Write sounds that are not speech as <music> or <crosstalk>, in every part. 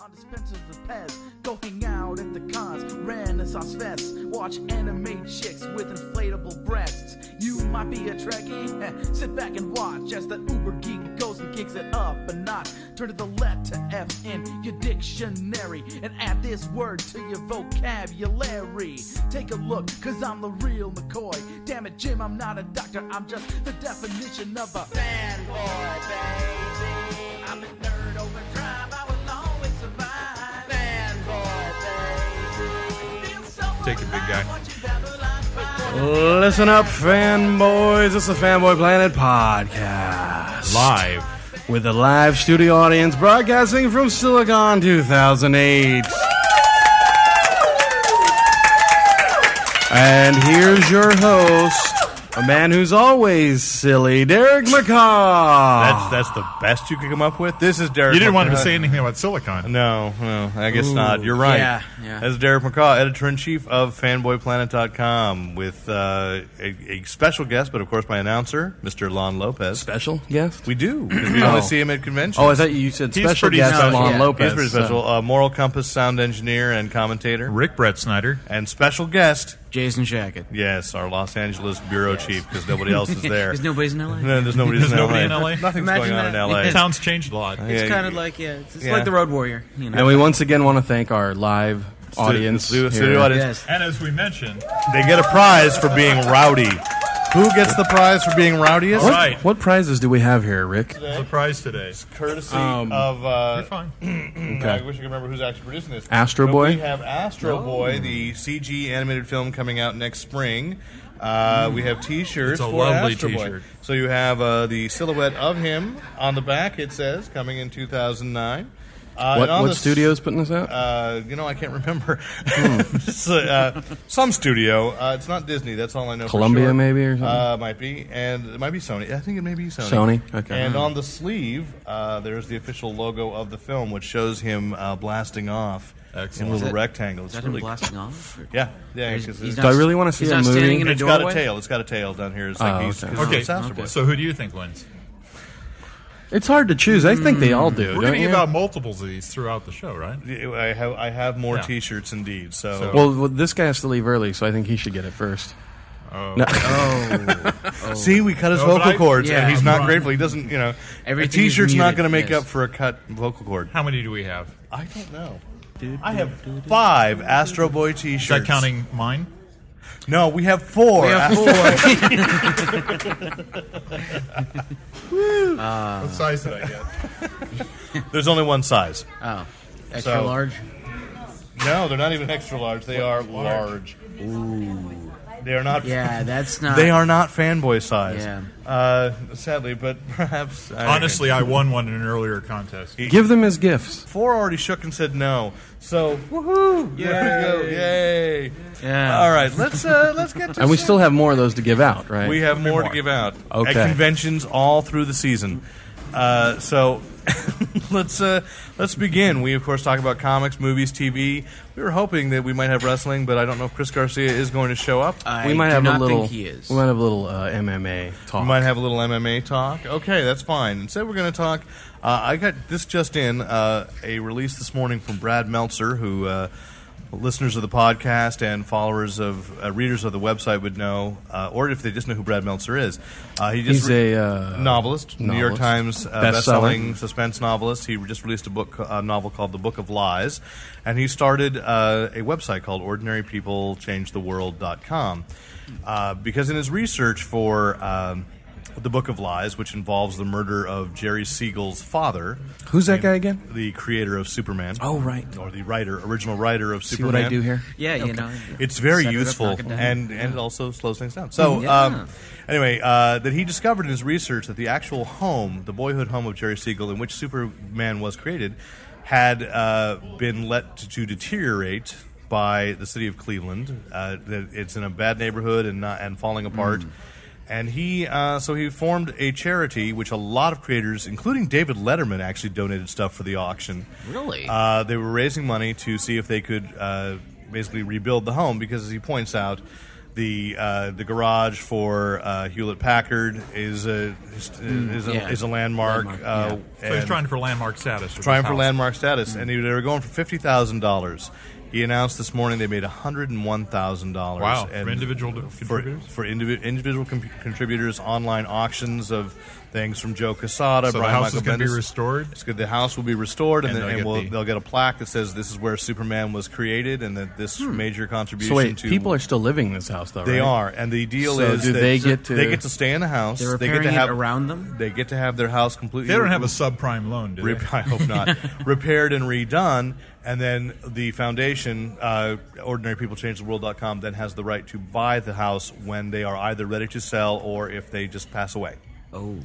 on dispensers with Pez. Go hang out at the cons, Renaissance fests. Watch anime chicks with inflatable breasts. You might be a Trekkie. eh, Sit back and watch as the Uber geek goes and kicks it up a notch. Turn to the letter F in your dictionary and add this word to your vocabulary. Take a look, cause I'm the real McCoy. Damn it, Jim, I'm not a doctor. I'm just the definition of a fanboy, baby. I'm a nerd overdrive. I will always survive. Fanboy, baby. Feel so Take it, big guy. alive watching Babylon 5. Listen up, fanboys. It's the Fanboy Planet podcast. Live. With a live studio audience broadcasting from Silicon 2008. And here's your host, a man who's always silly, Derek That's McCaw. that's the best you could come up with. This is Derek. Ah. You didn't want him to McCaw. say anything about Silicon. No, no, I guess not. You're right. yeah, yeah. That's Derek McCaw, editor in chief of FanboyPlanet.com, with uh, a, a special guest, but of course my announcer, Mr. Lon Lopez. special guest? we do. 'cause We Oh. only see him at conventions. Oh, I thought you said He's special pretty guest special. Lon Yeah. Lopez. He's pretty so- special. Uh, Moral Compass sound engineer and commentator. Rick Brett Snyder. And special guest, Jason Shackett. yes, our Los Angeles bureau chief, because nobody else <laughs> is <laughs> there. Because nobody's in LA. no, <laughs> there's nobody, There's in, nobody LA. in LA? Nothing's Imagine going on that. in LA. It Town's changed a lot. It's Yeah, kind of you- like yeah, it's, it's yeah. like the Road Warrior. You know, And we once again want to thank our live audience. Studio, here. studio audience. yes, And as we mentioned, They get a prize for being rowdy. Who gets the prize for being rowdiest? All What, right. what prizes do we have here, Rick? the prize today. Courtesy Um, of. You're Uh, fine. I wish I could remember who's actually producing this. Astro But Boy? We have Oh. Astro Boy, the CG animated film coming out next spring. Uh, we have It's T-shirts a for lovely Astro t-shirt. Boy. So you have uh, the silhouette of him on the back. It says coming in 2009. Uh, What, and on what the s- studio's Hmm. putting this out? Uh, you know, I can't remember. <laughs> It's, uh, some studio. Uh, it's not Disney. That's all I know. for Columbia, sure. maybe, or something? Uh, might be, and it might be Sony. I think it may be Sony. Sony, okay. And on the sleeve, uh, there's the official logo of the film, which shows him uh, blasting off Excellent. in little Is that- rectangles. is that It's him really- blasting off? Or- <laughs> Yeah, yeah. He's- 'cause he's it's- Do I really want to see he's a not movie? standing in a it's got a doorway? tail. It's got a tail down here. It's Oh, like he's, okay. 'cause Okay, it's Astro Boy. so who do you think wins? It's hard to choose. I think they all do. We're don't going to you? give out multiples of these throughout the show, right? I have I have more Yeah. T-shirts indeed. So, So- well, well, this guy has to leave early, so I think he should get it first. Oh. No. Uh, see, we cut his No, but vocal I- cords, Yeah, and he's I'm not wrong. grateful. He doesn't, you know, a Everything is T-shirt's not muted, going to make yes. up for a cut vocal cord. How many do we have? Is I don't know. I have five Astro Boy T-shirts. Is that counting mine? No, we have four. We have Ast- four. what size did I get? <laughs> There's only one size. oh, extra So- large. No, they're not even extra large. They are large. Ooh. They are not. Yeah, <laughs> that's not. They are not fanboy size. Yeah. Uh, sadly, but <laughs> perhaps. I- <laughs> Honestly, I won one in an earlier contest. give them his gifts. four already shook and said no. So woohoo! There we go! Yay! Yeah. All right, let's uh, let's get to. And we some- still have more of those to give out, right? We have more to more. give out Okay. at conventions all through the season. Uh, so <laughs> let's uh, let's begin. We of course talk about comics, movies, TV. We were hoping that we might have wrestling, but I don't know if Chris Garcia is going to show up. I we might do have not a little. Think he is. We might have a little uh, MMA talk. We might have a little MMA talk. Okay, that's fine. Instead, we're going to talk. Uh, I got this just in uh, a release this morning from Brad Meltzer, who uh, listeners of the podcast and followers of uh, readers of the website would know, uh, or if they just know who Brad Meltzer is. Uh, he just He's re- a, uh, novelist, New novelist. York Times uh, Best-selling. best-selling suspense novelist. He just released a book, uh, a novel called The Book of Lies, and he started uh, a website called OrdinaryPeopleChangeTheWorld.com. Uh, because in his research for um, The Book of Lies, which involves the murder of Jerry Siegel's father, Who's that guy again? the creator of Superman. Oh, right. Or the writer, original writer of See Superman. what I do here? yeah, you know. It's very Set it up, useful knock it down. and and it also slows things down. So Yeah. um, anyway, uh, that he discovered in his research that the actual home, the boyhood home of Jerry Siegel, in which Superman was created, had uh, been let to, to deteriorate by the city of Cleveland. Uh, that it's in a bad neighborhood and not, and falling apart. Mm. And he, uh, so he formed a charity, which a lot of creators, including David Letterman, actually donated stuff for the auction. Really? Uh, they were raising money to see if they could uh, basically rebuild the home because, as he points out, The uh, the garage for uh, Hewlett Packard is a is, Hmm, is, a, yeah. is a landmark. Landmark, uh, So he's and- trying for landmark status. with trying his for house. landmark status, Hmm. and they were going for fifty thousand dollars. He announced this morning they made one hundred and one thousand dollars. Wow, for individual d- for, contributors? for indivi- individual com- contributors, online auctions of things from Joe Casada. So the Brian house Michael is going to be Bendis. restored. It's good. The house will be restored, and, And then, they'll and get we'll, the- they'll get a plaque that says this is where Superman was created, and that this major contribution So wait, to people are still living in this house, though. they right? are, and the deal So is do that they get to- they get to stay in the house. They're they get to repairing it have around them? They get to have their house completely. They don't have a re- subprime loan, do they? Rep- <laughs> I hope <laughs> not. Repaired and redone, and then the foundation, uh, ordinarypeoplechangetheworld.com, then has the right to buy the house when they are either ready to sell or if they just pass away. Oh,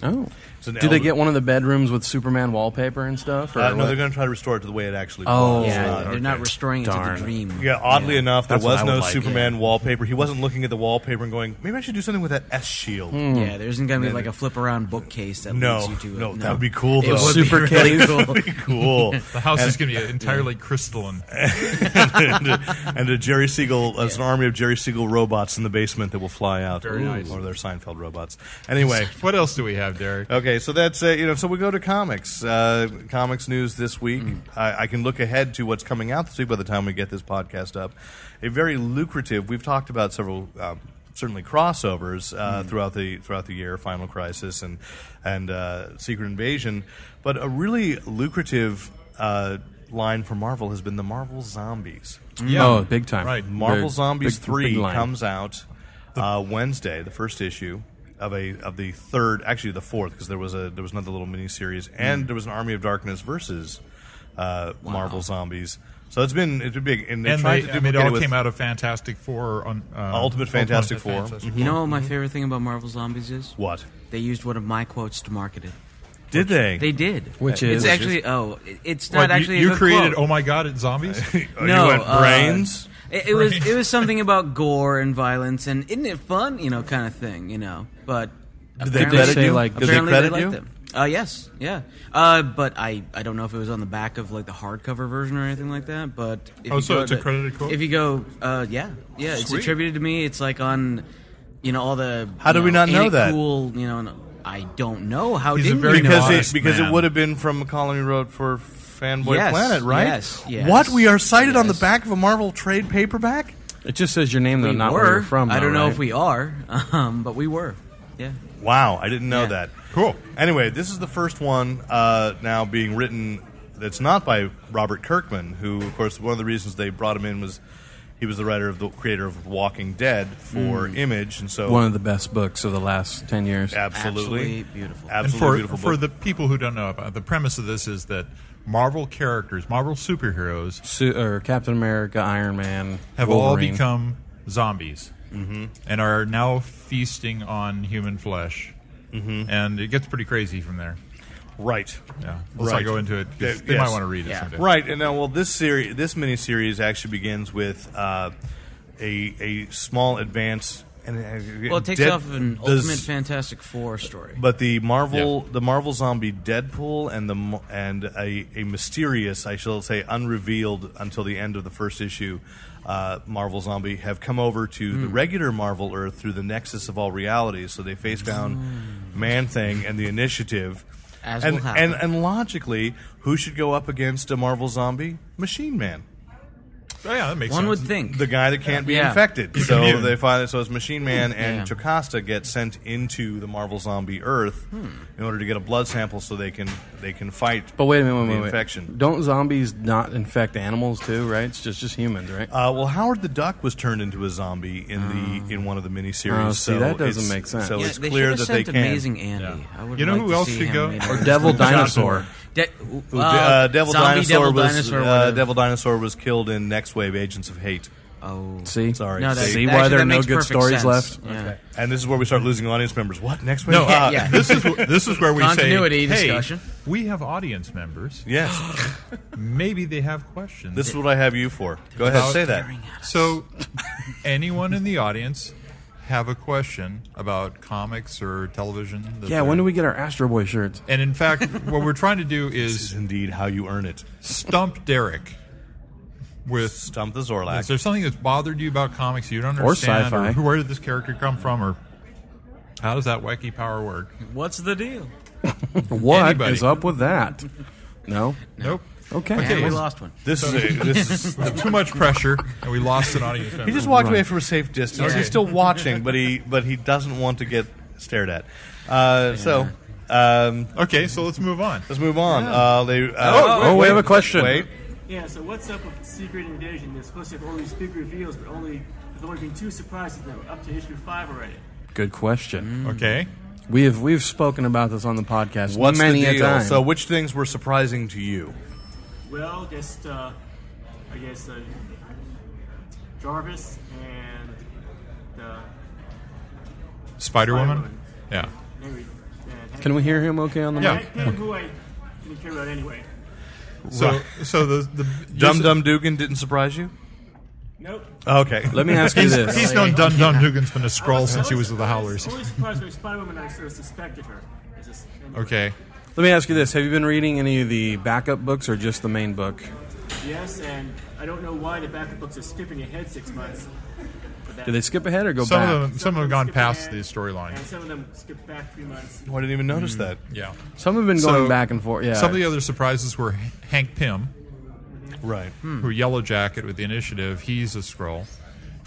It's an do they elder- get one of the bedrooms with Superman wallpaper and stuff? Or Uh, no, what? they're going to try to restore it to the way it actually Oh, was. yeah, Uh, they're not okay. restoring it to Darn. the dream. yeah, oddly Yeah. enough, there That's what was I no would like, Superman yeah. wallpaper. He wasn't looking at the wallpaper and going, maybe I should do something with that S shield. Hmm. Yeah, there isn't going to be like a flip around bookcase that No, leads you to it. no, that would be cool, It though. would be Super really cave. cool. <laughs> <laughs> <laughs> Cool. The house is <laughs> going to be entirely crystalline. and, a, and a Jerry Siegel, as an army of Jerry Siegel robots in the basement that will fly out. Very nice. Or they're Seinfeld robots. Anyway. What else do we have, Derek? Okay, so that's uh, you know. So we go to comics, uh, comics news this week. I, I can look ahead to what's coming out this week by the time we get this podcast up. A very lucrative. We've talked about several um, certainly crossovers uh, throughout the throughout the year, Final Crisis and and uh, Secret Invasion, but a really lucrative uh, line for Marvel has been the Marvel Zombies. Oh, big time. Right. Marvel Big- Zombies big- three big line. comes out uh, Wednesday, the first issue of a of the third, actually the fourth, because there was a there was another little mini series, Hmm. and there was an Army of Darkness versus uh, Marvel Zombies. So it's been it's been big, and they and tried they, to I mean, it duplicate all with came out of Fantastic Four on uh, Ultimate Fantastic Four. Fantastic You know what my favorite thing about Marvel Zombies is? What They used one of my quotes to market it. did they? They did. Which is- It's actually, oh, it- it's What, not actually a you, you good created. quote. Oh my God! It's <laughs> zombies. Oh, no, you went uh, brains. It, it was it was something about gore and violence and isn't it fun, you know, kind of thing, you know. But Did they apparently- credit say, you? like, did they apparently credit liked you? them. Uh, yes, yeah. Uh, but I, I don't know if it was on the back of like the hardcover version or anything like that. But if Oh, you so go it's a to- credited quote? If you go, uh, yeah, yeah, it's Sweet. attributed to me. It's like on, you know, all the How you did we not know Ain't It that? Cool, you know. and I don't know how He's a did very we know because that? modest it, because it man. would have been from Colony Road for Fanboy Yes, Planet, right? yes, yes. What we are cited on the Yes. back of a Marvel trade paperback. It just says your name, though, we not were. where you're from. I though, don't know right? if we are, <laughs> um, but we were. Yeah. Wow, I didn't know Yeah. that. Cool. Anyway, this is the first one uh, now being written that's not by Robert Kirkman, who, of course, one of the reasons they brought him in was he was the writer of the creator of Walking Dead for Hmm. Image, and so One of the best books of the last ten years. absolutely, Absolutely beautiful. and absolutely for beautiful for book. the people who don't know about it, the premise of this is that Marvel characters, Marvel superheroes, Su- or Captain America, Iron Man, have all Wolverine. become zombies Mm-hmm. and are now feasting on human flesh. Mm-hmm. And it gets pretty crazy from there. right. Yeah, let's Right. not go into it. 'cause Yeah, they might yes. want to read it Yeah. someday. Right, and now well, this series, this miniseries actually begins with uh, a a small advance. And, uh, Well, it takes Dead- off an does- Ultimate Fantastic Four story. But the Marvel, Yeah. the Marvel zombie Deadpool, and the mo- and a, a mysterious, I shall say, unrevealed until the end of the first issue, uh, Marvel zombie have come over to Hmm. the regular Marvel Earth through the nexus of all realities. So they face down Man Thing and the Initiative, Hmm. As and, will happen. and and logically, who should go up against a Marvel zombie? Machine Man, Oh, yeah, that makes One sense. would think. the guy that can't be Yeah. infected. So immune. they finally, so it's Machine Man and Yeah. Jocasta get sent into the Marvel zombie Earth Hmm. in order to get a blood sample so they can they can fight. But wait a minute, wait, the wait, wait. infection. Don't zombies not infect animals too? Right? It's just just humans, right? Uh, well, Howard the Duck was turned into a zombie in the in one of the miniseries. Oh, see, so that doesn't it's- make sense. So yeah, it's they clear should have that sent they can. Amazing Andy. I would You know like who to else see should him go? made Or a- <laughs> Devil Johnson. Dinosaur. De- Ooh, uh, d- uh, Devil zombie Dinosaur Devil was Dinosaur uh, would've- Devil Dinosaur was killed in Next Wave Agents of Hate. Oh, See, Sorry. No, that, See actually, why there that are no makes good perfect stories sense. left? Yeah. And this is where we start losing audience members. What Next Wave? No, Ah, uh, yeah. this is wh- this is where we Continuity say, hey, discussion. we have audience members. yes. Maybe they have questions. This is what I have you for. Go ahead, About- say that. so, <laughs> anyone in the audience have a question about comics or television? that Yeah. they're- When do we get our Astro Boy shirts? And in <laughs> fact, what we're trying to do This is is indeed how you earn it. stump Derek. with Stump the Zorlak. Is there something that's bothered you about comics you don't Or understand, sci-fi. who- <laughs> where did this character come from, or how does that wacky power work? What's the deal? What is Anybody. up with that? No. Nope. Okay. And we lost one. This is a, this <laughs> is. Too much pressure, and we lost an audience member. He just walked Right. away from a safe distance. Okay. He's still watching, but he but he doesn't want to get stared at. Uh, So um, okay, so let's move on. let's move on. Uh, they, uh, oh, we have a question. Wait, Yeah, so what's up with Secret Invasion? They're supposed to have all these big reveals, but only there's only been two surprises now. We're up to issue five already. Good question. Okay. We have we've spoken about this on the podcast what's many the a deal? time. So which things were surprising to you? Well, just uh, I guess uh, Jarvis and the Spider Woman? Spider-Woman. Yeah. Henry. And Can we hear him okay on the Yeah. mic? Hank, Hank, who I didn't care about anyway. So, so the. the Dum Dum Dugan didn't surprise you. Nope. Okay, <laughs> Let me ask you He's, this. he's known Dun Dun Dugan's been a I scroll was- I since he was with the Howlers. I was only surprised by Spider Woman. I sort of suspected her. It's just- anyway. Okay. Let me ask you this. Have you been reading any of the backup books or just the main book? Yes, and I don't know why the backup books are skipping ahead six months. for that. Did they skip ahead or go Some back? of them, some have gone skip past ahead, the storyline. And some of them skip back three months. I didn't even notice Hmm. that. Yeah. Some have been So- going back and forth. Yeah. Some of the other surprises were Hank Pym, Right, Hmm. who Yellow Jacket with the Initiative. He's a scroll,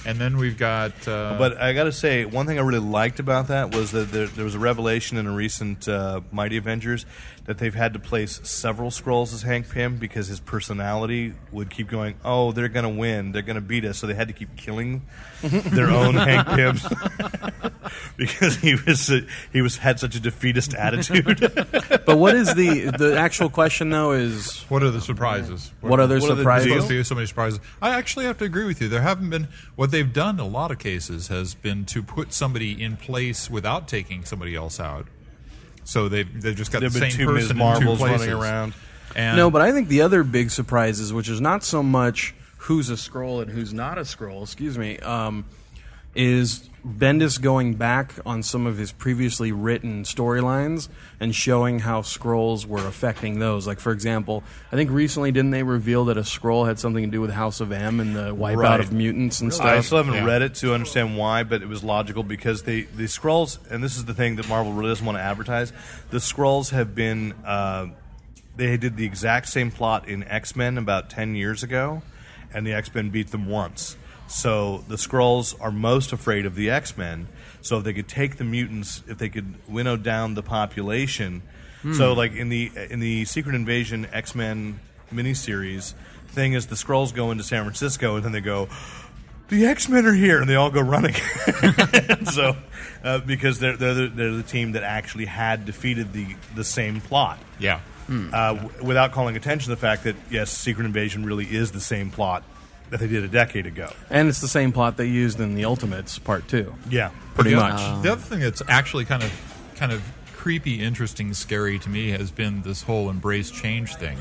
and then we've got. Uh, but I got to say, one thing I really liked about that was that there, there was a revelation in a recent uh, Mighty Avengers that they've had to place several scrolls as Hank Pym because his personality would keep going. Oh, they're going to win. They're going to beat us. So they had to keep killing their own Hank Pims <laughs> because he was he was had such a defeatist attitude. but what is the the actual question though? Is What are the surprises? What other What are the There's surprises? supposed to be so many surprises. I actually have to agree with you. There haven't been what they've done. in A lot of cases has been to put somebody in place without taking somebody else out. So they've they've just got There've the been same two Ms. person in Marvels two running places around. And No, but I think the other big surprise is, which is not so much who's a scroll and who's not a scroll, excuse me, um, is Bendis going back on some of his previously written storylines and showing how scrolls were affecting those. Like, for example, I think recently didn't they reveal that a scroll had something to do with House of M and the wipeout Right. of mutants and I stuff? still haven't Yeah. read it to understand why, but it was logical because they the scrolls, and this is the thing that Marvel really doesn't want to advertise. The scrolls have been uh, they did the exact same plot in X Men about ten years ago, and the X Men beat them once. So the scrolls are most afraid of the X Men. So if they could take the mutants, if they could winnow down the population. So like in the in the Secret Invasion X Men miniseries. Thing is, the scrolls go into San Francisco and then they go, the X Men are here, and they all go running. <laughs> so, uh, because they're, they're the- they're the team that actually had defeated the the same plot. yeah, Hmm. Uh, w- without calling attention to the fact that yes, Secret Invasion really is the same plot that they did a decade ago. and it's the same plot they used in the Ultimates Part 2. Yeah, Pretty the, much. The other thing that's actually kind of kind of creepy, interesting, scary to me has been this whole embrace change thing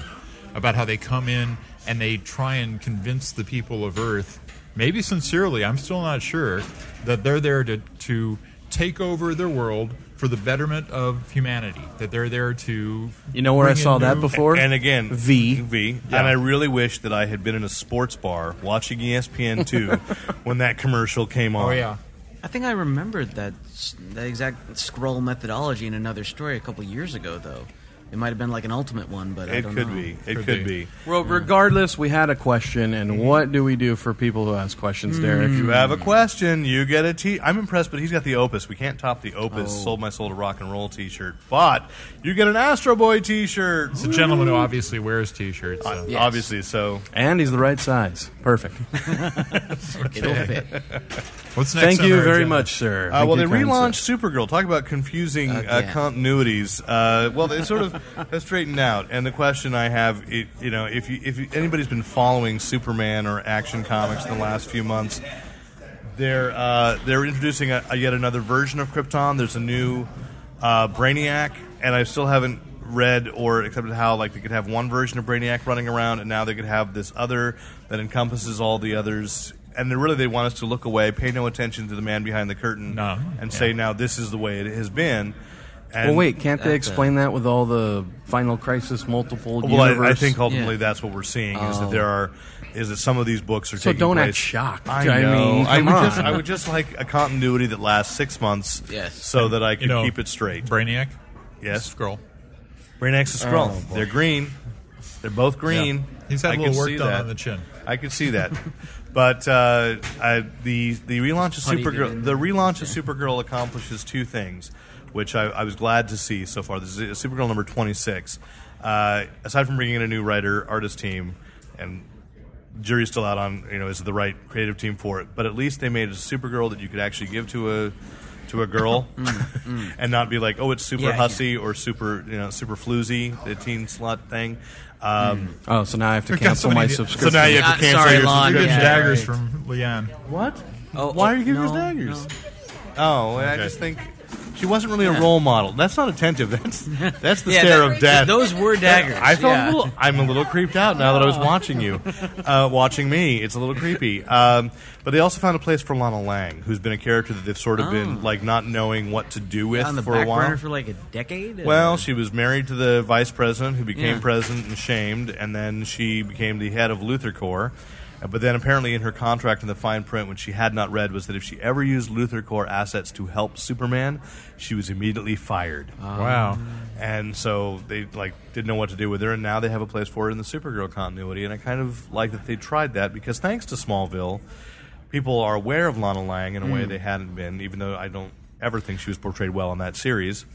about how they come in and they try and convince the people of Earth, maybe sincerely, I'm still not sure, that they're there to to take over their world for the betterment of humanity. That they're there to You know where I bring in saw that new- before? And again, V. V. And I really wish that I had been in a sports bar watching E ESPN <laughs> two when that commercial came on. Oh yeah. I think I remembered that s- that exact scroll methodology in another story a couple years ago, though. It might have been like an ultimate one, but I it don't could know. be. It could, Could be. be. Well, regardless, we had a question, and Mm-hmm. what do we do for people who ask questions, Derek? You have a question, you get a t. I'm impressed, but he's got the Opus. We can't top the Opus Oh. "Sold My Soul to Rock and Roll" T-shirt, but you get an Astro Boy T-shirt. It's a gentleman who obviously wears T-shirts. Uh, so- Yes. Obviously, so uh, And he's the right size. Perfect. It'll fit. What's next? Thank on you our very agenda? much, sir. Uh, Thank well, they you, kind relaunched sir. Supergirl. Talk about confusing uh, Again. continuities. Uh, well, they sort of <laughs> have straightened out. And the question I have, it, you know, if you, if you, anybody's been following Superman or Action Comics in the last few months, they're uh, they're introducing a, a yet another version of Krypton. There's a new uh, Brainiac, and I still haven't read or accepted how like they could have one version of Brainiac running around, and now they could have this other that encompasses all the others. And they really they want us to look away, pay no attention to the man behind the curtain, No. and Yeah. say now this is the way it has been. And Well, wait, can't they That's explain that with all the Final Crisis multiple Well, I, I universe? think ultimately Yeah. that's what we're seeing is that there are is that some of these books are Oh. So taking don't act place. shocked. I know. I mean, I come would just on. I would just like a continuity that lasts six months. Yes. So that I can You know, keep it straight. Brainiac, yes. scroll. Brain X is Skrull. Oh, They're green. They're both green. He's had I a can little work see done that. on the chin. I could see <laughs> that. but uh, I, the the relaunch of Honey Supergirl bee. the relaunch of Supergirl accomplishes two things, which I, I was glad to see so far. This is Supergirl number twenty six. Uh, aside from bringing in a new writer artist team, and jury's still out on you know is it the right creative team for it, but at least they made a Supergirl that you could actually give to a to a <laughs> girl, and not be like oh it's super Mm, Yeah, yeah. hussy or super you know super floozy the teen slut thing. Um, Mm. Oh, so now I have to <laughs> We've got cancel so my many- So subscription. now you have to Uh, cancel sorry, your Lon, You're subscription. getting Yeah, daggers right. from Leanne. <laughs> What? Oh, Why oh, are you giving us no, daggers? no. Oh, I Okay. just think she wasn't really a role model. That's not attentive. <laughs> That's that's the Yeah, stare that- of death. Those were daggers. I felt yeah. Oh. a little. I'm a little creeped out now that I was watching you, uh, watching me. It's a little creepy. Um, but they also found a place for Lana Lang, who's been a character that they've sort of been like not knowing what to do with Oh. on the for back a while. burner for like a decade. Well, she was married to the vice president, who became Yeah. president and shamed, and then she became the head of Luther Corps. Uh, But then, apparently, in her contract in the fine print, which she had not read, was that if she ever used Luther Corps assets to help Superman, she was immediately fired. wow. And so they like didn't know what to do with her, and now they have a place for it in the Supergirl continuity. And I kind of like that they tried that because thanks to Smallville, people are aware of Lana Lang in a Hmm. way they hadn't been. Even though I don't ever think she was portrayed well in that series,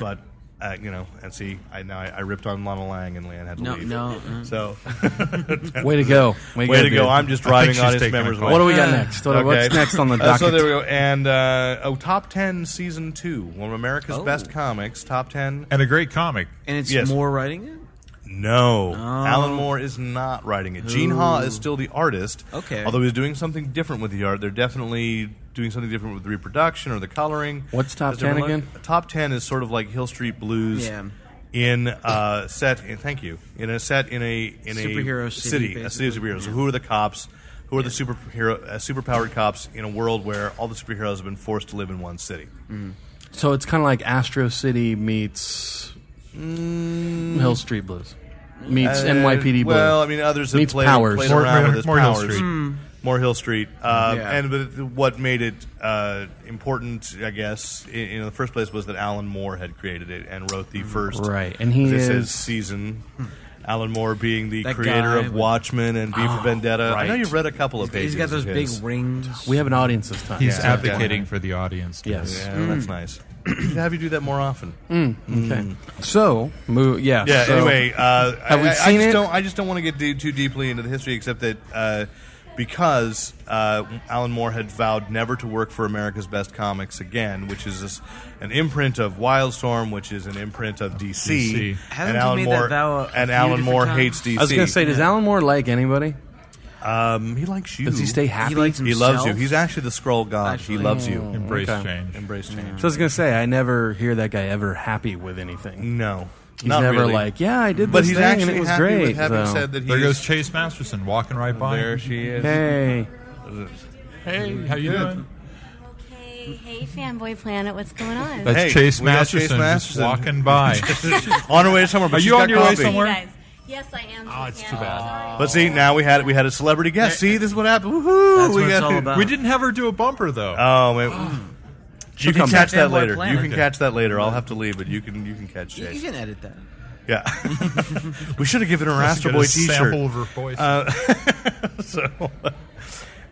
but uh, you know, and see, I now I, I ripped on Lana Lang, and Leanne had to No, leave. no, mm. so uh-huh. <laughs> Way to go. way to go! dude. I'm just I think driving she's audience taking a members. call. away. What do <laughs> we got next? What- What's next on the Uh, docket? so there we go. And uh, oh, top ten season two, one of America's Oh. best comics. Top ten And a great comic. and it's yes. more writing it. No, Alan Oh. Moore is not writing it. Gene Ha is still the artist. Okay. although he's doing something different with the art. They're definitely doing something different with reproduction or the coloring. What's top Has there been 10 like- again? Top ten is sort of like Hill Street Blues. Yeah. In uh, set, in, thank you. In a set in a in a Superhero city, a city of basically. superheroes. Who are the cops? Who are the superhero uh, superpowered cops in a world where all the superheroes have been forced to live in one city? So it's kind of like Astro City meets mm, Hill Street Blues meets Uh, NYPD Blue. Well, I mean, others have Meets played, Powers. played More- around more- with his more Hill powers. Street. Hmm. More Hill Street, uh, Yeah. and but th- what made it uh, important, I guess, in, in the first place, was that Alan Moore had created it and wrote Hmm. the first. Right, and he this is- season. Alan Moore being the That creator guy of with- Oh, Watchmen and V for Vendetta. I know right. you've read a couple of pages. He's got those of big his. rings. we have an audience this time. He's Yeah. advocating for the audience. to Yes. Yeah, Oh, Hmm. that's nice. <clears throat> Should have you do that more often. Okay. So, move. Yeah. Yeah. so- anyway, uh, Have I, we I- I seen just it? Don't, I just don't want to get de- too deeply into the history, except that uh, because uh, Alan Moore had vowed never to work for America's Best Comics again, which is this, an imprint of Wildstorm, which is an imprint of DC, DC. Haven't and he Alan made that Moore vow a and few Alan different Moore times? hates DC. I was gonna say, does Alan Moore like anybody? um, he likes you. Does he stay happy? He likes He loves you. himself? He's actually the Scroll God. Actually. He loves you. Embrace Okay. change. Embrace change. so I was gonna say, I never hear that guy ever happy with anything. No, He's not never really. like, yeah, I did But this he's thing actually and it was happy great. with having so- said that. He's, There goes Chase Masterson walking right by. There him. she is. hey, Hey, how you doing? Hey, hey, Fanboy Planet, what's going on? That's Hey, Chase we got Chase Masterson, Masterson. just <laughs> walking by. on her way to somewhere. But Are she's you got on your way coffee. somewhere? You guys. Yes, I am. Oh, it's too bad. But Oh, see, now we had we had a celebrity guest. See, this is what happened. Woohoo! That's we what got it's all to- about. Mm. we didn't have her do a bumper though. Oh, wait. you can come catch that Fanboy later. Planet. You can Okay. catch that later. I'll have to leave, but you can you can catch You Chase. can edit that. Yeah. <laughs> we should have given her an Let's Astro get a Boy T-shirt. sample of her voice. so <laughs>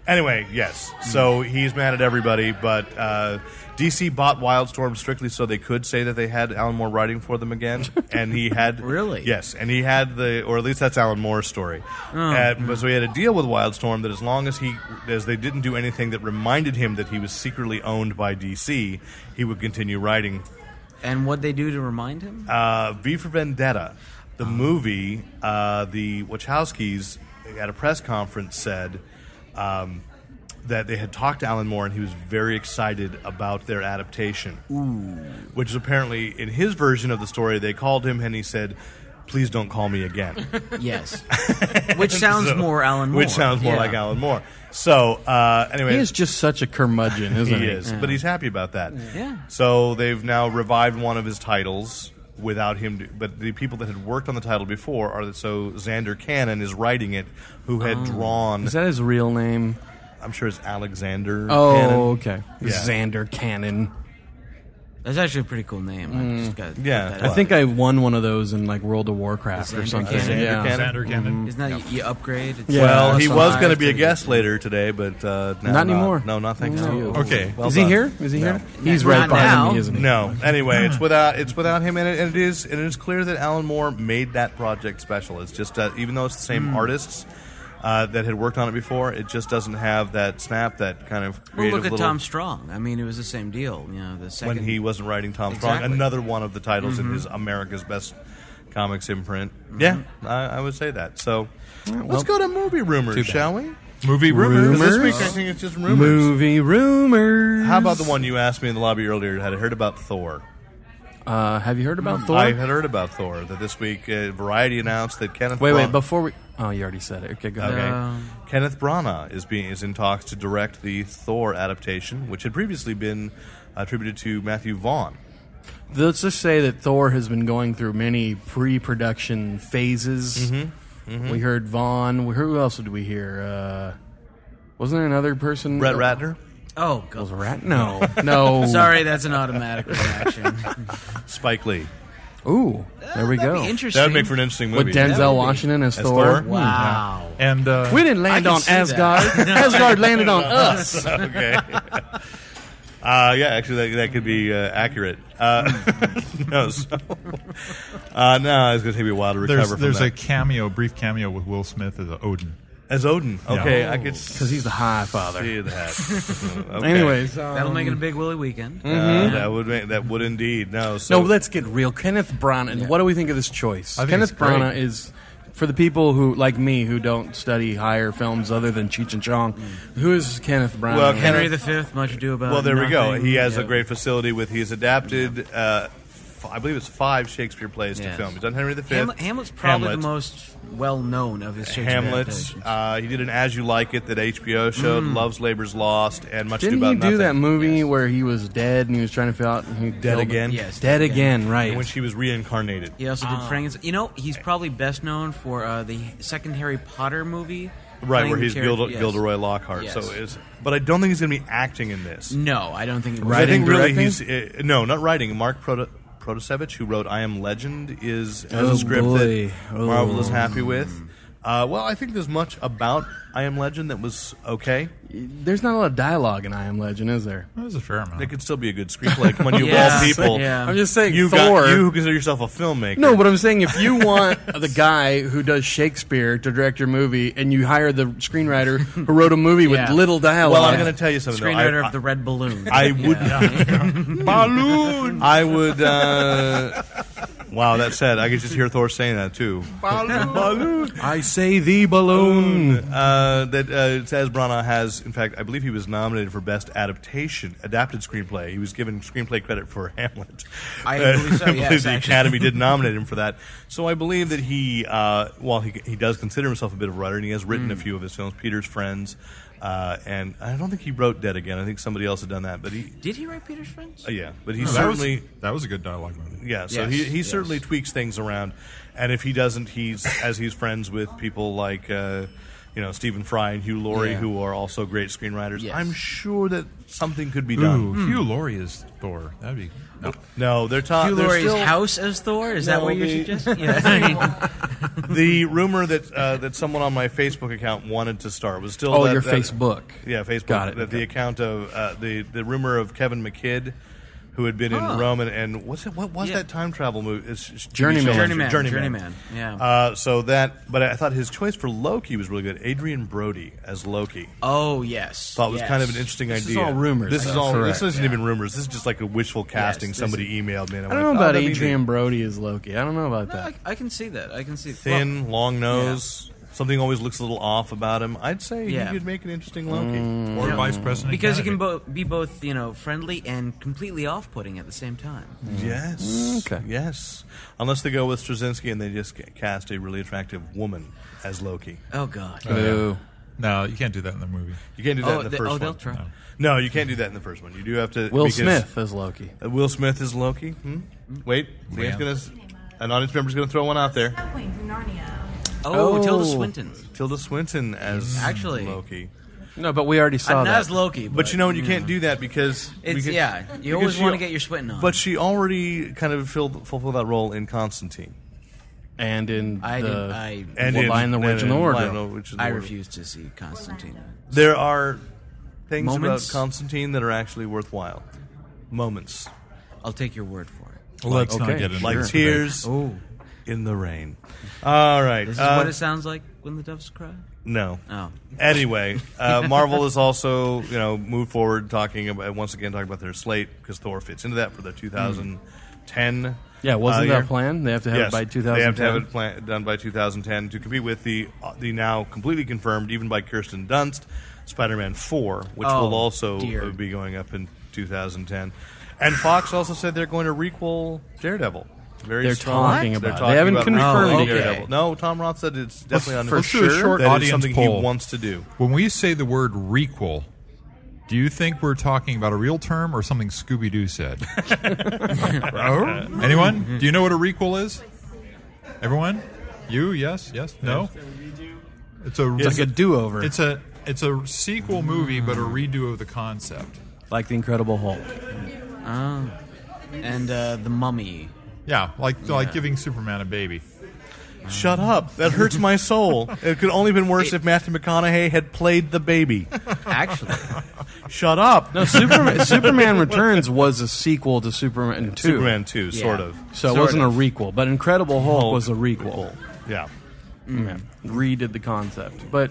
anyway, yes. So he's mad at everybody, but uh, DC bought Wildstorm strictly so they could say that they had Alan Moore writing for them again, and he had Really? yes, and he had the or at least that's Alan Moore's story. Uh, but so he had a deal with Wildstorm that as long as he as they didn't do anything that reminded him that he was secretly owned by DC, he would continue writing And what they do to remind him? uh, V for Vendetta, Ah. the movie, uh, the Wachowskis at a press conference said um, that they had talked to Alan Moore and he was very excited about their adaptation. Ooh. Which is apparently in his version of the story, they called him and he said, please don't call me again. <laughs> Yes. Which <laughs> sounds So- more Alan <laughs> Moore. Which sounds more Yeah. like Alan Moore. So, uh, anyway, He is just such a curmudgeon, isn't he? he is, but he's happy about that. Yeah. So they've now revived one of his titles without him. Do, but the people that had worked on the title before are that so Xander Cannon is writing it, who had drawn. Oh. Is that his real name? I'm sure it's Alexander. Oh, Cannon. okay. Yeah. Xander Cannon. That's actually a pretty cool name. I just gotta Mm. Yeah. put that I I out. What? think I won one of those in like World of Warcraft or Xander something. Cannon. Xander Yeah. Cannon. Xander Cannon. Mm-hmm. Isn't that you upgrade? It's Yeah. Well, he That's was on going to be a iTunes. guest later today, but uh, now Not anymore. No, not thanks to you. Okay. Well is done. he here? Is he No. here? He's Not right behind now. me, isn't he? <laughs> No. Anyway, it's without it's without him, and it, and it is and it is clear that Alan Moore made that project special. It's just uh, even though it's the Hmm. same artists uh, that had worked on it before, it just doesn't have that snap, that kind of Well, creative look at little. Tom Strong. I mean, it was the same deal. You know, the second when he wasn't writing Tom Strong, Exactly. Mm-hmm. another one of the titles in his America's Best Comics imprint. Yeah, I, I would say that. So let's go to movie rumors, shall we? Movie rumors. 'Cause This Rumors? week, I think it's just rumors. Movie rumors. How about the one you asked me in the lobby earlier? Had I heard about Thor? Uh, have you heard about Thor? I had heard about Thor. That this week, uh, Variety announced that Kenneth. wait, wait. Branagh- Before we. Oh, you already said it. Okay, go ahead. Uh, okay. No. Kenneth Branagh is being is in talks to direct the Thor adaptation, which had previously been attributed to Matthew Vaughn. Let's just say that Thor has been going through many pre-production phases. Mm-hmm. We heard Vaughn. We heard, who else did we hear? Uh, wasn't there another person? Brett Ratner. Oh, Was it God. Rat? No, <laughs> no. Sorry, that's an automatic reaction. Spike Lee. Ooh, there we That'd go. be interesting. That would make for an interesting With movie. Denzel be- Washington as, As Thor? Thor. Hmm. Wow. And uh, We didn't land I can on see that. Asgard. Asgard landed on us. <laughs> okay. <laughs> Uh, yeah, actually, that, that could be uh, accurate. Uh, <laughs> no, so, <laughs> uh, no, it's going to take me a while to recover there's from there's a that. cameo, brief cameo with Will Smith as Odin. As Odin, okay, Yeah. I could see Because he's the High Father. that. <laughs> Okay. Oh. Anyways, That'll um, make it a big Willy weekend. Uh, that would make, that would indeed no. So no, let's get real. Kenneth Branagh. What do we think of this choice? I think Kenneth it's great. Branagh is for the people who like me who don't study higher films other than Cheech and Chong. Who is Kenneth Branagh? Mm. Well, Henry V, much ado about. Well, there we go. Nothing. He has a Yeah. great facility with he's adapted. Uh, f- I believe it's five Shakespeare plays to Yes. film. He's done Henry V. Ham- Hamlet's probably Hamlet. the most well-known of his Shakespeare Hamlet. adaptations. Uh, he did an As You Like It that HBO showed. Mm. Loves Labor's Lost and much Didn't Ado he About do that Nothing. movie where he was dead and he was trying to figure out who Dead again. Yes. Dead again, right? And when she was reincarnated. He also did Frankenstein. You know, he's probably best known for uh, the second Harry Potter movie, Right playing where the he's character- Gilder- yes. Gilderoy Lockhart, so Yes. it's, but I don't think he's going to be acting in this. No, I don't think he was. I think Writing, really he's directing? uh, no, not writing. Mark Proto- Protasevich, who wrote "I Am Legend," is has Oh, a script boy. that Oh. Marvel is happy with. Uh, well, I think there's much about "I Am Legend" that was okay. There's not a lot of dialogue in I Am Legend, is there? That was a fair amount. It could still be a good screenplay when <laughs> you Yeah. of all people. Yeah. I'm just saying, You Thor. got you who consider yourself a filmmaker. no, but I'm saying if you want the guy who does Shakespeare to direct your movie, and you hire the screenwriter who wrote a movie with Yeah. little dialogue, well, I'm going to tell you something. though. I- Screenwriter I- of the Red Balloon. I would- <laughs> <laughs> <laughs> balloon. I would. Uh, <laughs> wow, that said, I could just hear Thor saying that too. balloon. I say the balloon. Uh, that uh, Saz Branagh has, in fact, I believe he was nominated for Best Adaptation, Adapted Screenplay. He was given screenplay credit for <laughs> Hamlet. I Uh, believe <laughs> so, I believe yes, the actually. Academy <laughs> did nominate him for that. So I believe that he, uh, while he, he does consider himself a bit of a writer, and he has Mm. written a few of his films, Peter's Friends, uh, and I don't think he wrote Dead Again. I think somebody else had done that, but he, Did he write Peter's Friends? uh, yeah, but he No, that, was, certainly. that was a good dialogue movie. Yeah, so Yes, he, he yes. certainly tweaks things around, and if he doesn't, he's as he's friends with people like uh, you know Stephen Fry and Hugh Laurie, Yeah. who are also great screenwriters. Yes. I'm sure that something could be Ooh, done. Hugh Laurie is Thor. That'd be no. No, they're talking. Hmm. Hugh Laurie's still, house as Thor? Is that No, what you're the- suggesting? Yeah. <laughs> the rumor that uh, that someone on my Facebook account wanted to start was still Oh, that- your that- Facebook. Yeah, Facebook. Got it. That the account of uh, the the rumor of Kevin McKidd. Who had been in Rome and, and what's it, what was Yeah. that time travel movie? It's- it's- Journeyman. Journeyman, Journeyman. Journeyman, yeah. Uh, so that, but I thought his choice for Loki was really good. Adrian Brody as Loki. oh yes. Thought was yes. kind of an interesting This is idea. all rumors. This is That's all. correct, This isn't even rumors. This is just like a wishful casting. this Somebody emailed me. And I I, went, don't know "Oh, about that'd be Adrian neat." Brody as Loki. I don't know about No, I, that. I can see that. I can see Thin, long nose. something always looks a little off about him, I'd say Yeah. he could make an interesting Loki. Mm, or Yeah. vice president because he can candidate. bo- be both, you know, friendly and completely off-putting at the same time. Hmm. Yes. Okay. Yes. Unless they go with Straczynski and they just ca- cast a really attractive woman as Loki. Oh God. Boo. No, you can't do that in the movie. You can't do that Oh, in the they- first oh, one. they'll try. No, you can't do that in the first one. You do have to. Will because- Smith as Loki. Uh, Will Smith is Loki. Hmm? Wait, Leanne's Yeah. gonna. s- An audience member's gonna throw one out there. Queen from Narnia. Oh, Oh. Tilda Swinton. Tilda Swinton as Mm. Actually- Loki. No, but we already saw Uh, not that. as Loki, but, But you know you can't do that because Mm. It's- because- yeah, because you always she- wanna get your sweating on. But she already kind of filled, fulfilled that role in Constantine and in I the didn't- I- and Well, in Lion, the Witch, and the Wardrobe. Lion, Witch, and the I Wardrobe. refuse to see Constantine. There are things Moments? about Constantine that are actually worthwhile. Moments I'll take your word for it. Well, let's okay, not get into like this debate. tears Oh, in the rain. All right. this is uh, what it sounds like when the doves cry. no. Oh, Anyway, <laughs> uh, Marvel has also you know moved forward, talking about once again talking about their slate because Thor fits into that for the 2010. yeah, wasn't uh, that year. a plan? They have to have Yes, it by They have to 2010. have it plan- done by 2010 to compete with the uh, the now completely confirmed, even by Kirsten Dunst, Spider-Man 4, which Oh, will also dear. uh, be going up in 2010. And Fox also said they're going to requel Daredevil. Very They're strong. talking about it. They haven't confirmed requeling it yet. Daredevil. No, Tom Roth said it's definitely on for his- sure. Short that is audience something poll. he wants to do. When we say the word requel, do you think we're talking about a real term or something Scooby Doo <laughs> said? Oh? Anyone? Do you know what a requel is? Everyone? You? Yes? Yes? No? So redo. It's a It's like a do-over, it's a it's a sequel movie, but a redo of the concept. like the Incredible <laughs> Hulk. and uh, the Mummy. Yeah, like like giving Superman a baby. Mm. Shut up. That hurts my soul. It could only have been worse if Matthew McConaughey had played the <laughs> baby. Actually, Shut up. No, Superman, Superman Returns was a sequel to Superman 2. Superman 2, sort Yeah. of. So it Sort wasn't of. a requel, but Incredible Hulk, Hulk was a requel. Yeah. Yeah. Redid the concept. But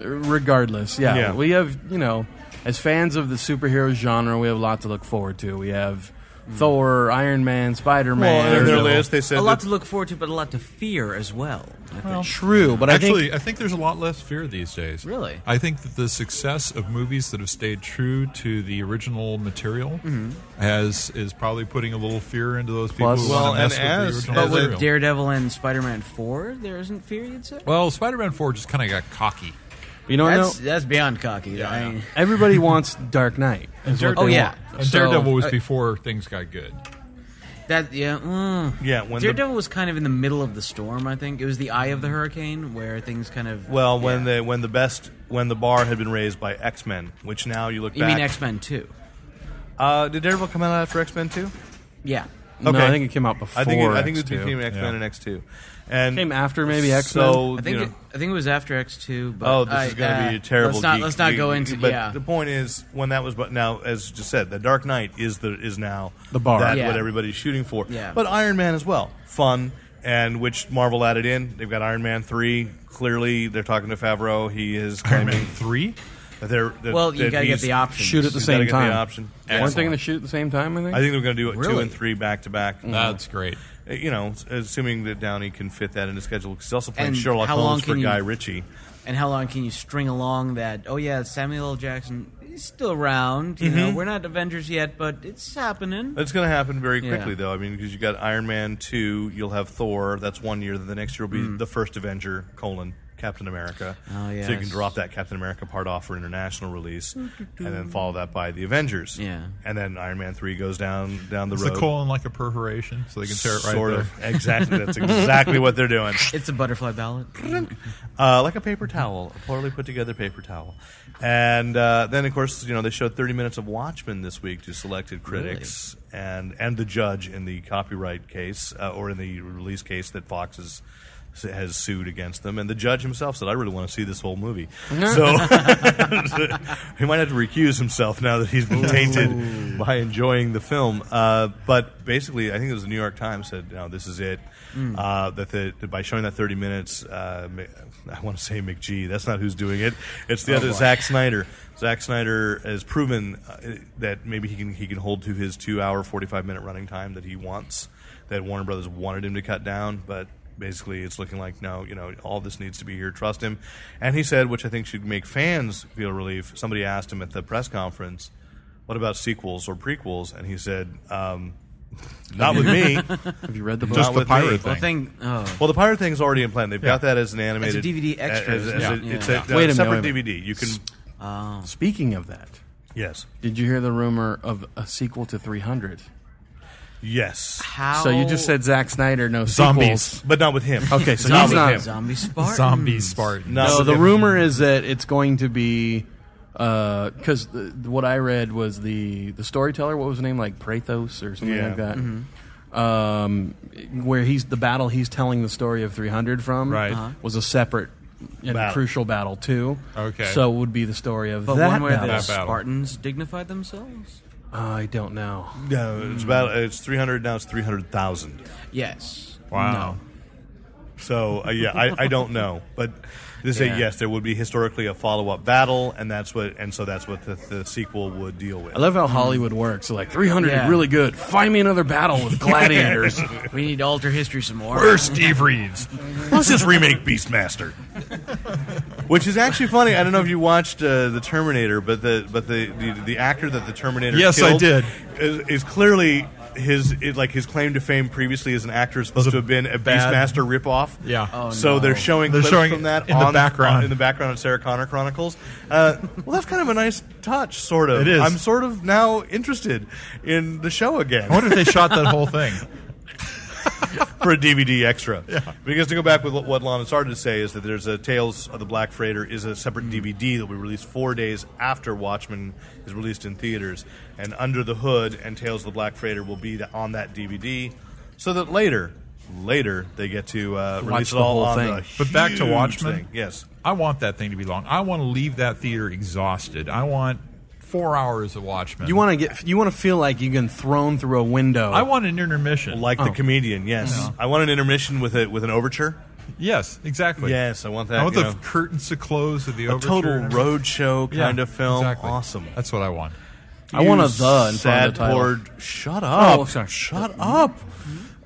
uh, regardless, yeah, Yeah. we have, you know, as fans of the superhero genre, we have a lot to look forward to. We have Thor, Iron Man, Spider Well, Man. in their list, they said a lot that- to look forward to, but a lot to fear as well. I think. True, but I Actually, think. I think there's a lot less fear these days. Really? I think that the success of movies that have stayed true to the original material Mm-hmm. has is probably putting a little fear into those people Plus- who want Well, to mess and as- with the as but original a- with material. Daredevil and Spider-Man Four, there isn't fear. You'd say. well, Spider-Man 4 just kind of got cocky. You Oh, know, no, That's that's beyond cocky. I mean, everybody wants Dark <laughs> Knight. is what Oh, they yeah. want. And So- Daredevil was uh, before things got good. That yeah. mm. Yeah, when the- Daredevil was kind of in the middle of the storm. I think it was the eye of the hurricane where things kind of Well, when yeah. the when the best when the bar had been raised by X Men, which now you look you back. mean X Men Two. Uh, did Daredevil come out after X Men Two? Yeah. No, Okay. I think it came out before. I think it, I think it X2. became X Men Yeah. and X Two, and Came after maybe X-Men? So I think you know, it, I think it was after X two. But oh, this I- is going to uh, be a terrible. Let's not geek- let's not go geek- into But yeah. the point is, when that was, but now as just said, the Dark Knight is the is now The bar. that Yeah. what everybody's shooting for. Yeah. But Iron Man as well, fun. And which Marvel added in, they've got Iron Man three. Clearly, they're talking to Favreau. He is claiming 3? Mm-hmm. that they're that- well, you that got to get he's- the option. Shoot at the You same gotta get the time. option. Weren't they Excellent. going to shoot at the same time? I think. I think they're going to do it two Really? Mm-hmm. and three back to back. That's great. Uh, You know, s- assuming that Downey can fit that into schedule because he's also playing And Sherlock how long Holmes for can you- Guy Ritchie. And how long can you string along that? Oh yeah, Samuel L. Jackson is still around. You Mm-hmm. know, we're not Avengers yet, but it's happening. It's going to happen very Yeah. quickly, though. I mean, because you got Iron Man two, you'll have Thor. That's one year. Then the next year will be the first Avenger colon Captain America. Hmm. Oh, So you can yes. drop that Captain America part off for international release, and then follow that by the Avengers. Yeah. And then Iron Man three goes down down the Is the road. colon like a perforation so they can tear it right sort there? of exactly. That's exactly what <laughs> they're doing. It's a <laughs> butterfly ballot. uh, like a paper towel, a poorly put together paper towel. And uh, then, of course, you know they showed 30 minutes of Watchmen this week to selected critics and and the judge in the copyright case uh, or in the release case that Fox has has sued against them. And the judge himself said, "I really want to see this whole movie." so <laughs> he might have to recuse himself now that he's been tainted by enjoying the film. Uh, but basically, I think it was the New York Times said, "No, this is it." Uh, that, the, that by showing that thirty minutes, uh, Ma- I want to say McGee. That's not who's doing it. It's the other Zack Snyder. Zack Snyder has proven uh, that maybe he can he can hold to his two hour forty five minute running time that he wants. That Warner Brothers wanted him to cut down, but basically it's looking like no, you know, all this needs to be here. Trust him. And he said, which I think should make fans feel relief. Somebody asked him at the press conference, "What about sequels or prequels?" And he said, um, <laughs> "Not with <laughs> me." Have you read the book? Just the with me. pirate Well, thing. Well, thing. Oh, Well, the pirate thing's already in plan. They've got that as an animated DVD extra, as- as yeah. a- Yeah. It's a, uh, Wait a minute, separate wait a minute. DVD. You can Speaking of that, yes, did you hear the rumor of a sequel to 300? yes, how? So you just said Zack Snyder, no Zombies. sequels. but not with him. Okay, so Not he's with not. him. zombie Spartans. Zombie Spartan. Not No, with the him. rumor is that it's going to be because the what I read was the the storyteller. What was his name? Like Prathos or something Yeah. like that. Um, where he's the battle he's telling the story of 300 from Right. Uh-huh. was a separate and Battle. crucial battle too. Okay. so it would be the story of But that one where battle. the That battle. Spartans dignified themselves. I don't know. No, it's about it's three hundred now. It's three hundred thousand. Yes. Wow. No. So uh, yeah, I, I don't know, but they say Yeah. yes, there would be historically a follow up battle, and that's what and so that's what the, the sequel would deal with. I love how Hollywood works. Like 300 Yeah. is really good. Find me another battle <laughs> with gladiators. We need to alter history some more. Where's Steve Reeves? Let's just remake Beastmaster, which is actually funny. I don't know if you watched uh, the Terminator, but the but the, the the actor that the Terminator Yes, I killed did. is, is clearly. His it, like his claim to fame previously as an actor is supposed Was a to have been a bad- Beastmaster ripoff. Yeah. Oh, so no. they're showing They're clips showing from that it in the on- background. on- in the background of Sarah Connor Chronicles. Uh, well, that's kind of a nice touch, sort of. It is. I'm sort of now interested in the show again I wonder if they shot that whole <laughs> thing. for a <laughs> DVD extra. Because to go back with what, what Lana started to say is that there's a Tales of the Black Freighter is a separate Mm-hmm. DVD that we released four days after Watchmen is released in theaters, and Under the Hood and Tales of the Black Freighter will be the, on that DVD, so that later, later they get to uh, release it the all whole on thing. the But back to huge Watchmen? thing. Yes, I want that thing to be long. I want to leave that theater exhausted. I want four hours of Watchmen. you want to get you want to feel like you've been thrown through a window. I want an intermission. like the comedian. Yes, I want an intermission with a with an overture. yes, exactly. Yes, I want that. I want you the know, curtains to close of the a total overture. roadshow Yeah, kind of film. exactly. Awesome. That's what I want. I want You a the in front sad of the title. board. Shut up! Oh, sorry. Shut up!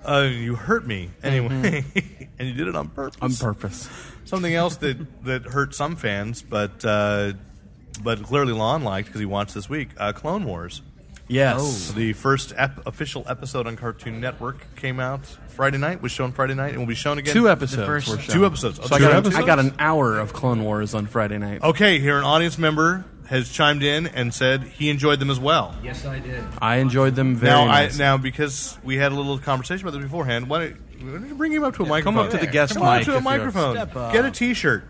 Uh, you hurt me anyway, <laughs> and you did it on purpose. Mm-hmm. on purpose. Something else that that hurt some fans, but uh, but clearly Lon liked because he watched this week. Uh, Clone Wars. Oh. Yes. The first ep- official episode on Cartoon Network came out Friday night. Was shown Friday night and will be shown again. Two episodes. first- were Two shown. episodes. So I, Two got episodes? Oh. I got an hour of Clone Wars on Friday night. Okay, here an audience member has chimed in and said he enjoyed them as well. Yes, I did. I enjoyed them very now, nice. I, now because we had a little conversation about this beforehand, why don't, why don't you bring him up to a microphone? come up to the guest Come on mic up to a if you're- microphone. Step up. Get a T-shirt.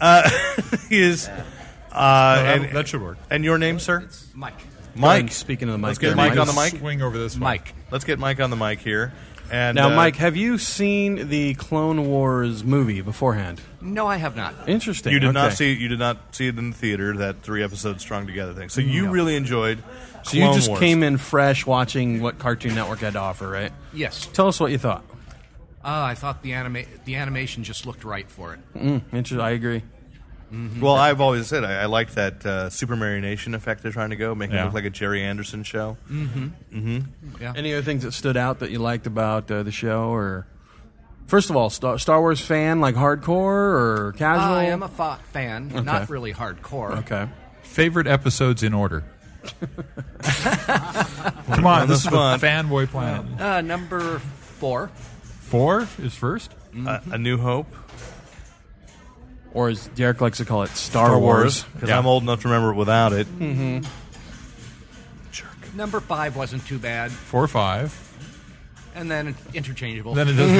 Uh, <laughs> is uh, No, that- and, that should work. And your name, sir? Mike. Mike. speaking of the mic, Let's get there, Mike Mike. on the mic. Swing over this one. Mike. Let's get Mike on the mic here. And now, uh, Mike, have you seen the Clone Wars movie beforehand? No, I have not. Interesting. you did not okay. see you did not see it in the theater that three episode strung together thing. So you No. really enjoyed. So you Clone just Wars. came in fresh, watching what Cartoon Network had to offer, right? Yes. Tell us what you thought. Uh, I thought the anima- the animation just looked right for it. Inter- I agree. Well, I've always said I, I like that uh, super marionation effect they're trying to go, making it Yeah. look like a Jerry Anderson show. Yeah. Any other things that stood out that you liked about uh, the show, or first of all, Star, Star Wars fan like hardcore or casual? I am a fa- fan, not really hardcore. okay. Favorite episodes in <laughs> order. Come on, this is the spot. fanboy plan. Uh, number four. Four is first. Mm-hmm. Uh, a New Hope. or as Derek likes to call it, Star, Wars. because Yeah. I'm old enough to remember it without it. Number five wasn't too bad, Four, five. and then <laughs> interchangeable. Then it doesn't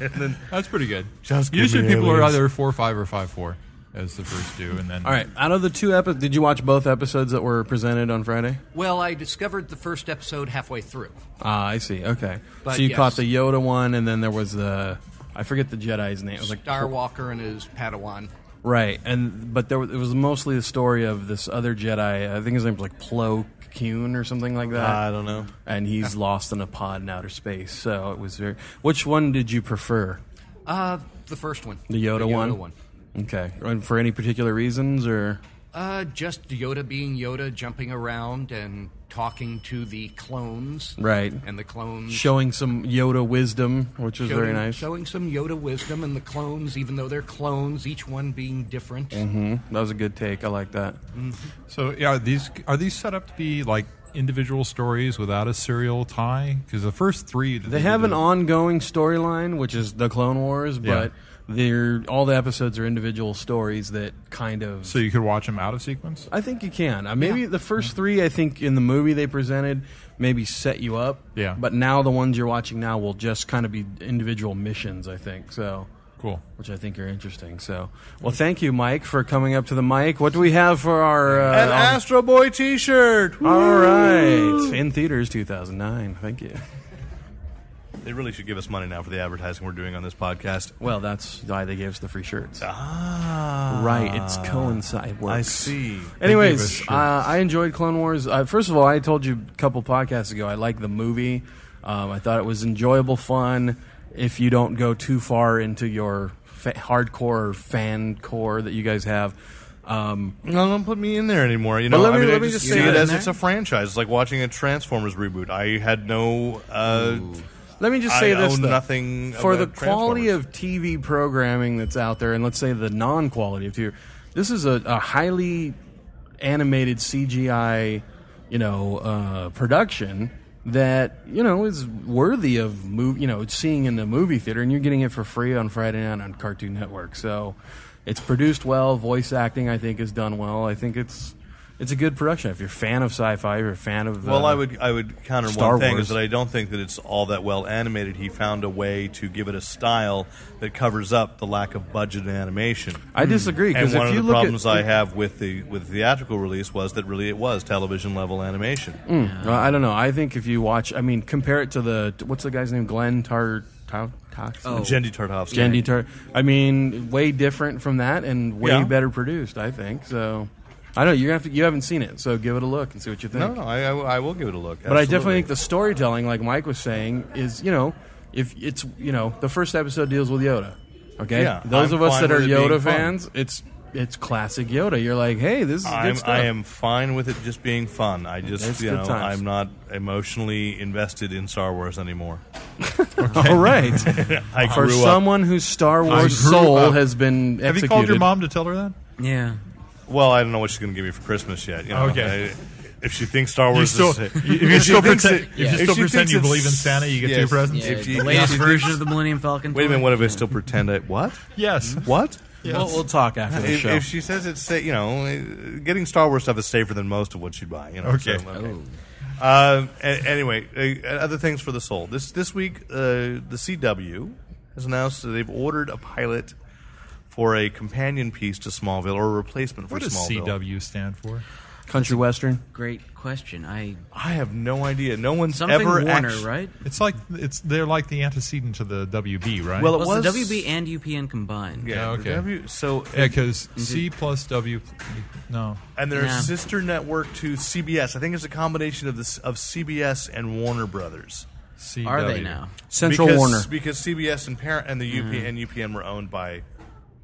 <laughs> matter. That's pretty good. Just give Usually me people are aliens. either four, five, or five, four as the first two, and then All right, out of the two episodes, did you watch both episodes that were presented on Friday? well, I discovered the first episode halfway through. Ah, I see. Okay, But so you yes. caught the Yoda one, and then there was the I forget the Jedi's name. It was like Star Walker and his Padawan. right? And but there was, it was mostly the story of this other Jedi. I think his name was like Plo Koon or something like that. I don't know. and he's lost in a pod in outer space. So it was very. Which one did you prefer? Uh, the first one. The Yoda, the Yoda one. Okay, and for any particular reasons or Uh, just Yoda being Yoda, jumping around and talking to the clones. Right. And the clones Showing some Yoda wisdom, which was Mm. showing, very nice. showing some Yoda wisdom, and the clones, even though they're clones, each one being different. Mm-hmm. Mm-hmm. That was a good take. I like that. So yeah, are these are these set up to be like individual stories without a serial tie? Because the first three that They have an did- ongoing storyline, which is the Clone Wars, Yeah. but they're all the episodes are individual stories that kind of. so you could watch them out of sequence. I think you can. Uh, maybe the first three, I think in the movie they presented, maybe set you up. Yeah. But now the ones you're watching now will just kind of be individual missions. I think so. Cool. Which I think are interesting. So, well, thank you, Mike, for coming up to the mic. What do we have for our uh, An our- Astro Boy T-shirt. All right, in theaters, 2009. Thank you. They really should give us money now for the advertising we're doing on this podcast. Well, that's why they gave us the free shirts. Ah, Right, it's coincide works. I see. They gave Anyways, us uh, I enjoyed Clone Wars. Uh, first of all, I told you a couple podcasts ago I like the movie. Um, I thought it was enjoyable, fun. If you don't go too far into your fa- hardcore fan core that you guys have, um, No, don't put me in there anymore. You know, let me- I mean, let I me just just see say it that- as it's a franchise. It's like watching a Transformers reboot. I had no. Uh, Let me just I say this: own though. nothing for the about quality of TV programming that's out there, and let's say the non-quality of TV. This is a, a highly animated CGI, you know, uh, production that you know is worthy of mov- you know seeing in the movie theater, and you're getting it for free on Friday night on Cartoon Network. So it's produced well. Voice acting, I think, is done well. I think it's it's a good production. If you're a fan of sci-fi, if you're a fan of well, uh, I would I would counter Star one thing Wars. is that I don't think that it's all that well animated. He found a way to give it a style that covers up the lack of budget and animation. I disagree and because one if of you the look problems at, I have with the with the theatrical release was that really it was television level animation. Mm. Well, I don't know. I think if you watch, I mean, compare it to the what's the guy's name, Glenn Tar Tar Tox, Oh. Jendy Tartovsky. Jandy Tar. I mean, way different from that, and way Yeah. better produced. I think so. I don't. You have to. You haven't seen it, so give it a look and see what you think. No, no, I, I, I will give it a look. But I definitely think the storytelling, like Mike was saying, is you know, if it's you know, the first episode deals with Yoda. Okay, Yeah, those I'm of us fine that are with it being Yoda fun. fans, it's it's classic Yoda. You're like, hey, this is I'm, good stuff. I am fine with it just being fun. I just It's you good know times. I'm not emotionally invested in Star Wars anymore. <laughs> All right, <laughs> I for grew up. someone whose Star Wars grew soul up. has been Have executed. you called your mom to tell her that? Yeah. Well, I don't know what she's going to give me for Christmas yet. You know? Okay. I- if she thinks Star You Wars still, is, <laughs> if you if she still thinks pretend, it- if you if still she pretend thinks you it's- believe in Santa, you get yes. two presents. Yeah, If the you- latest if you- version of the Millennium Falcon. Wait a minute. toy. What if I still pretend I what? Yes. What? We'll, we'll talk after the If, show. if she says it's sa- you know, uh, getting Star Wars stuff is safer than most of what she'd buy. You know. Okay. so, Oh, Um, a- anyway, uh, other things for the soul. This this week, uh, the CW has announced that they've ordered a pilot for a companion piece to Smallville or a replacement for What does Smallville. CW stand for? Country Western. Great question. I I have no idea. No one's something ever Warner, actu- right? It's like it's they're like the antecedent to the WB, right? Well, it Well, it's the was WB and UPN combined. Yeah. Yeah, the Oh, okay. W- so yeah, because C plus W, no, and they're Yeah. a sister network to CBS. I think it's a combination of this of CBS and Warner Brothers. CW. Are they E. now? Central because, Warner. Mm-hmm. because CBS and Par- and the UP and UPN were owned by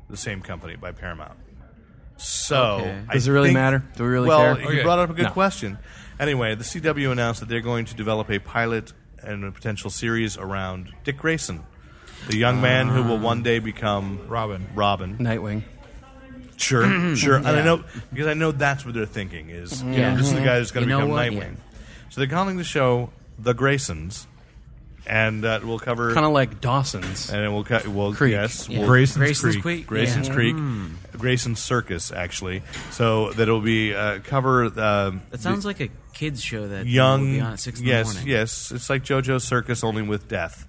the same company by Paramount. So Okay. I Does it really think- matter? Do we really well, care? you Okay. brought up a good No. question. Anyway, the CW announced that they're going to develop a pilot and a potential series around Dick Grayson, the young man who will one day become Robin. Robin. Nightwing. <clears throat> Sure, sure. And I know because I know that's what they're thinking is you know, Yeah. this is the Mm-hmm. guy who's going to You know become what? Nightwing. So they're calling the show The Graysons, and that will cover Kind of like Dawson's. and it will cut. Well, Creek. yes, Yeah. will- Grayson's, Grayson's Creek. Creek. Grayson's yeah. Mm. Creek, Grayson's Circus, actually. So that'll be uh, cover. um That sounds like a kids show that young. will be on at six in yes, the morning. yes. It's like JoJo's Circus, only with death.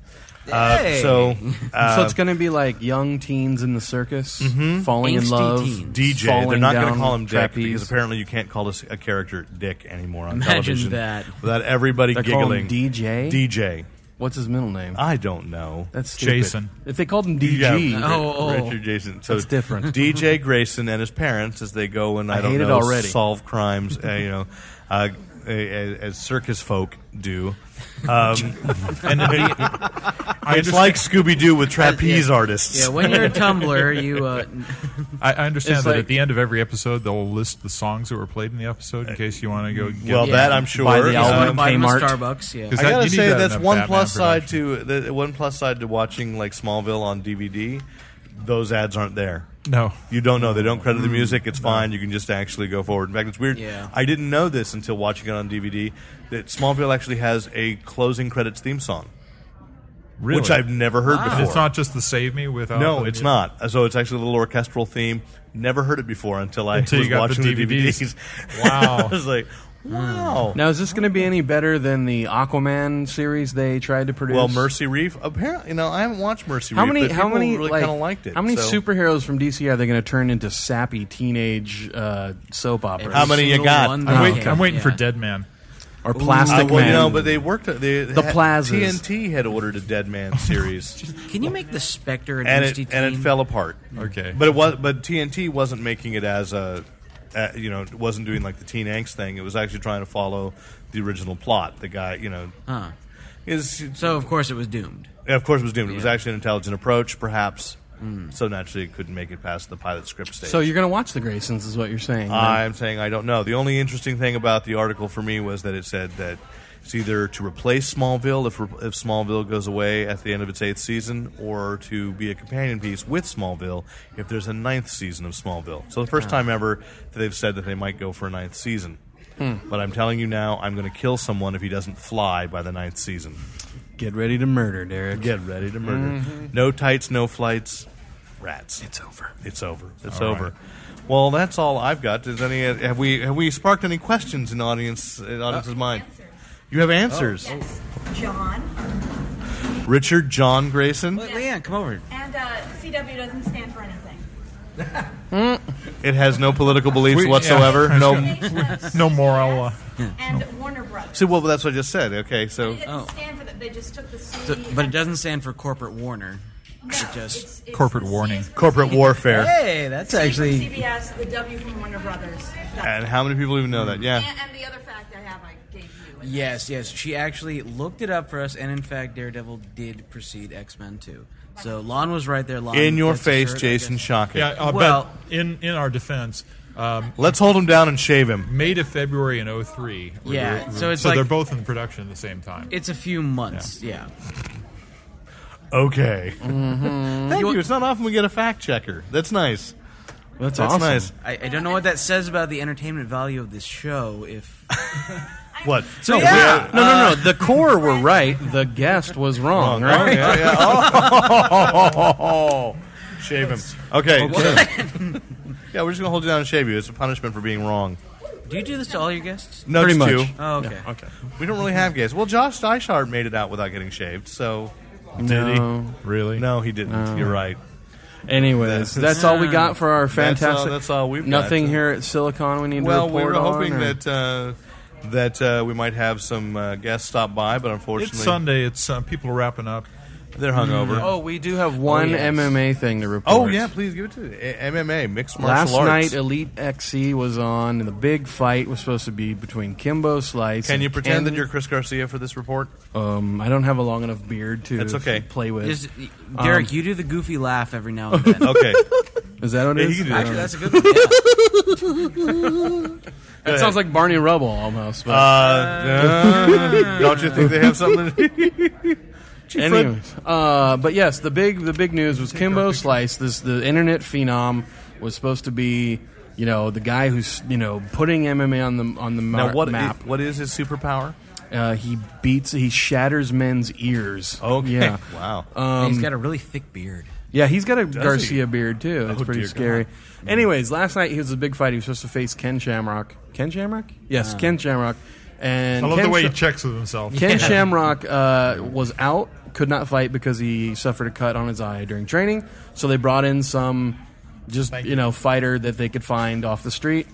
Uh, Hey! <laughs> so uh, so it's going to be like young teens in the circus falling in Angsty love. teens. DJ, Mm-hmm. they're falling not going to down call him Dick trapeze. because apparently you can't call a, s- a character Dick anymore on Imagine television. that. without everybody They call him giggling. DJ? DJ. What's his middle name? I don't know. That's stupid. Jason. If they called him DG, Yeah, Oh, oh. Richard Jason. So That's different. DJ Grayson and his parents as they go and I, I don't hate it know already. solve crimes. uh, you know, uh, a, a, as circus folk do. Um, And to be, I it's like Scooby Doo with trapeze artists. Yeah, when you're a <laughs> Tumblr, you uh, I, I understand It's that like- at the end of every episode they'll list the songs that were played in the episode in case you want to go. Get well, them. that I'm sure. Buy the Um, album. want to buy them at Kmart. Starbucks. Yeah, Is I that- gotta you need say that that's in a one Batman plus side production. to the, one plus side to watching like Smallville on DVD. Those ads aren't there. No. You don't know. They don't credit the music. It's fine. You can just actually go forward. In fact, it's weird. Yeah. I didn't know this until watching it on DVD that Smallville actually has a closing credits theme song, Really? which I've never heard before. It's not just the save me without. no, the it's music. not. So it's actually a little orchestral theme. Never heard it before until I Until you was got the watching the DVDs. DVDs. Wow. <laughs> Oh. I was like, Hmm. wow. Now, is this going to be any better than the Aquaman series they tried to produce? Well, Mercy Reef. Apparently, you know, I haven't watched Mercy How Reef. many? but How people many? Really like, kind of liked it. How many so- superheroes from DC are they going to turn into sappy teenage uh, soap operas? How many you Single got? one I'm, that wait- can, I'm waiting for yeah. Dead Man. Or Plastic Uh, well, Man? you know, but they worked. at- They The had- plazas. TNT had ordered a <laughs> Dead Man series, Can you make the Spectre an and it entity and it team? fell apart. Okay. but it was but TNT wasn't making it as a, uh you know, it wasn't doing like the teen angst thing. It was actually trying to follow the original plot. The guy, you know, Huh. is So of course it was doomed. of course it was doomed. It was Yeah. Hmm. actually an intelligent approach, perhaps. So naturally, it couldn't make it past the pilot script stage. so you're going to watch the Graysons, is what you're saying? I'm saying I don't know. The only interesting thing about the article for me was that it said that it's either to replace Smallville if, if Smallville goes away at the end of its eighth season, or to be a companion piece with Smallville if there's a ninth season of Smallville. So the first time ever that they've said that they might go for a ninth season. But I'm telling you now, I'm going to kill someone if he doesn't fly by the ninth season. Get ready to murder, Derek. Get ready to murder. No tights, no flights. Rats. It's over. It's over. It's over. Well, that's all I've got. Does any have we have we sparked any questions in audience in audience's mind? Uh, You have answers. Oh, John. Richard John Grayson. Le- Leanne, come over. And uh, CW doesn't stand for anything. It has no political beliefs We- whatsoever. yeah. No. HFS No moral, uh, and Warner Brothers. See, well, that's what I just said. Okay, so It didn't Oh. stand for that. They just took the C. So, but it doesn't stand for Corporate Warner. No, It just it's- it's Corporate the C warning. is for corporate C- warfare. hey, that's C from actually CBS, the W from Warner Brothers. That's- And how many people even know that? Yeah. and, and the other fact I have, I gave you. yes, yes. She actually looked it up for us, and in fact, Daredevil did precede X Men too. So Lon was right there. Lon, In your that's a face, shirt, I Jason guess. Shockey. yeah, uh, Well- but in in our defense, um, Let's hold him down and shave him. May to February in 03. were Yeah, the- so it's so like- they're both in production at the same time. It's a few months. Yeah. Okay. Thank you. It's not often we get a fact checker. That's nice. That's, That's awesome. nice. I, I don't know what that says about the entertainment value of this show. If What? so, Yeah. No, no, Uh, no. The core were right. The guest was wrong, <laughs> Oh, right? yeah, yeah. Oh. <laughs> Shave him. Okay. yeah, we're just gonna hold you down and shave you. It's a punishment for being wrong. Do you do this to all your guests? No, Pretty it's much. two. Oh, okay. Okay. We don't really have gays. Well, Josh Dyshard made it out without getting shaved, so No. really? no, he didn't. You're right. Anyways, that's all we got for our That's all- fantastic. that's all we've got. Nothing here at Silicon. We need Well, to we report were on, hoping or- that uh, that uh, we might have some uh, guests stop by, but It's unfortunately, Sunday. It's uh, people are wrapping up. they're hungover. Oh, we do have one yes. MMA thing to report. Oh, yeah, please give it to A- MMA mixed Last martial arts. night, Elite XC was on, and the big fight was supposed to be between Kimbo Slice. Can and you pretend that Ken- you're Chris Garcia for this report? Um, I don't have a long enough beard to That's okay. play with. Just, Derek, Um, you do the goofy laugh every <laughs> now and then. Okay, Is that what Yeah, it you is? can do I that. don't Actually, know. that's a good one. yeah. That sounds like Barney Rubble almost. But Uh, <laughs> don't you think they have something? anyways, uh, but yes, the big the big news was Kimbo Slice, this the internet phenom, was supposed to be you know the guy who's you know putting MMA on the on the mar- now, what i- map. what is his superpower? uh, he beats he shatters men's ears. Okay, yeah, wow. He's got a Um, really thick beard. yeah, he's got a he? Garcia beard too. That's Oh, pretty dear scary. Anyways, last night he was a big fight. He was supposed to face Ken Shamrock. Ken Shamrock? Yes, Ah. Ken Shamrock. And I love Ken the way Sha- he checks with himself. <laughs> Ken Shamrock uh, was out, could not fight because he suffered a cut on his eye during training. So they brought in some just you know fighter that they could find off the street.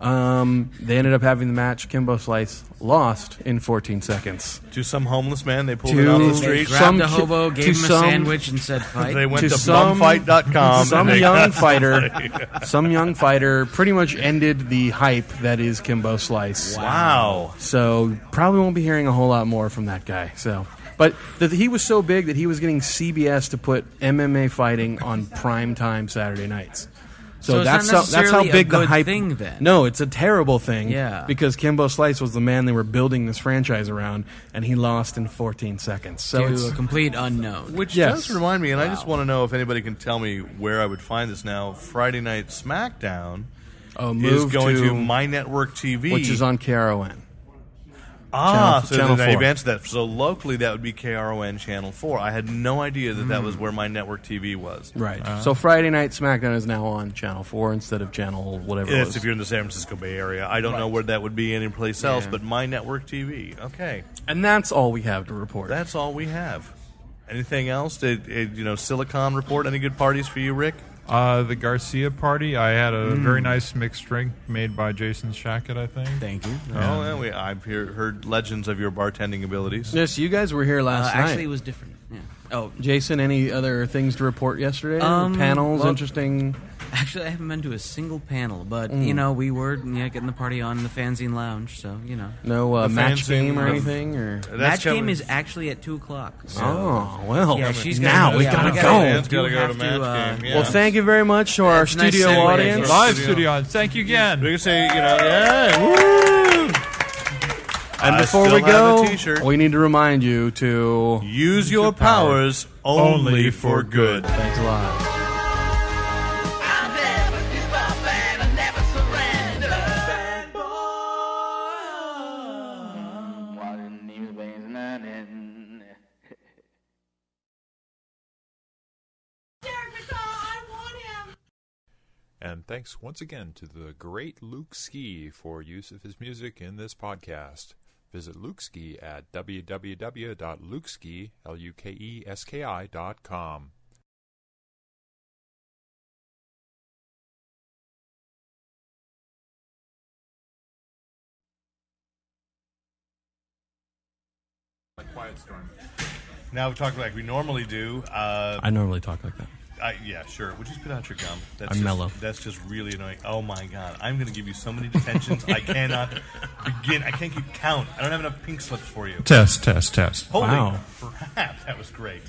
Um, they ended up having the match. Kimbo Slice lost in 14 seconds. To some homeless man, they pulled To- it off the They street. Some grabbed a ki- hobo, to gave him a some- sandwich, and said, "Fight." They went to, to some- bumfight.com. Some Um, and they young got- fighter, some young fighter, pretty much ended the hype that is Kimbo Slice. <laughs> Wow. So probably won't be hearing a whole lot more from that guy. So, but the, he was so big that he was getting CBS to put MMA fighting on prime time Saturday nights. So, So it's that's not how, that's how necessarily a big the good hype. thing, then. No, it's a terrible thing. Yeah. because Kimbo Slice was the man they were building this franchise around, and he lost in 14 seconds. So to it's, a complete unknown. Which Yes. does remind me, and I just want to know if anybody can tell me where I would find this now. Friday Night SmackDown a is move going to, to, My Network TV, which is on KRON. ah, Channel- so Channel then I four. advanced that. So locally, that would be KRON Channel Four. I had no idea that that was where My Network TV was. Mm. Right. Uh-huh. so Friday night SmackDown is now on Channel Four instead of Channel whatever. it Yes, was. if you're in the San Francisco Bay Area, I don't know where that would be anyplace else, but My Network TV. Okay, and that's all we have to report. that's all we have. Anything else? Did, did, you know Silicon report? Any good parties for you, Rick? Uh, the Garcia party. I had a Mm. very nice mixed drink made by Jason Shackett, I think. Thank you. Oh, yeah, we, I've hear, heard legends of your bartending abilities. Yes, you guys were here Uh, last night. actually, it was different. Yeah. Oh, Jason, any other things to report yesterday? Um, Panels, well- interesting. actually, I haven't been to a single panel, but you know, we were yeah, getting the party on in the Fanzine Lounge, so you know. No uh, The match fanzine game or of- anything, or Match game coming- is actually at two o'clock. So. oh well. Yeah, she's gotta now go. we Yeah, gotta we go. gotta go. Dan's gotta You go to have match to, uh, game. Yeah. Well, thank you very much to our That's a nice studio segue. audience. Yes. Live studio. Thank you again. We can say, you know, yeah, woo! And I before still we have the go, t-shirt. we need to remind you to Use your powers only for good. thanks a lot. Derek McDonald, I want him. And thanks once again to the great Luke Ski for use of his music in this podcast. Visit Luke Ski at www.lukeski, E L-U-K-E-S-K-I dot com. Now we talk like we normally do. Uh, I normally talk like that. I, yeah, sure. Would you spit out your gum? That's I'm just, mellow. That's just really annoying. Oh my god, I'm going to give you so many detentions. <laughs> I cannot begin. I can't keep count. I don't have enough pink slips for you. Test, test, test. Holy Wow. crap, that was great.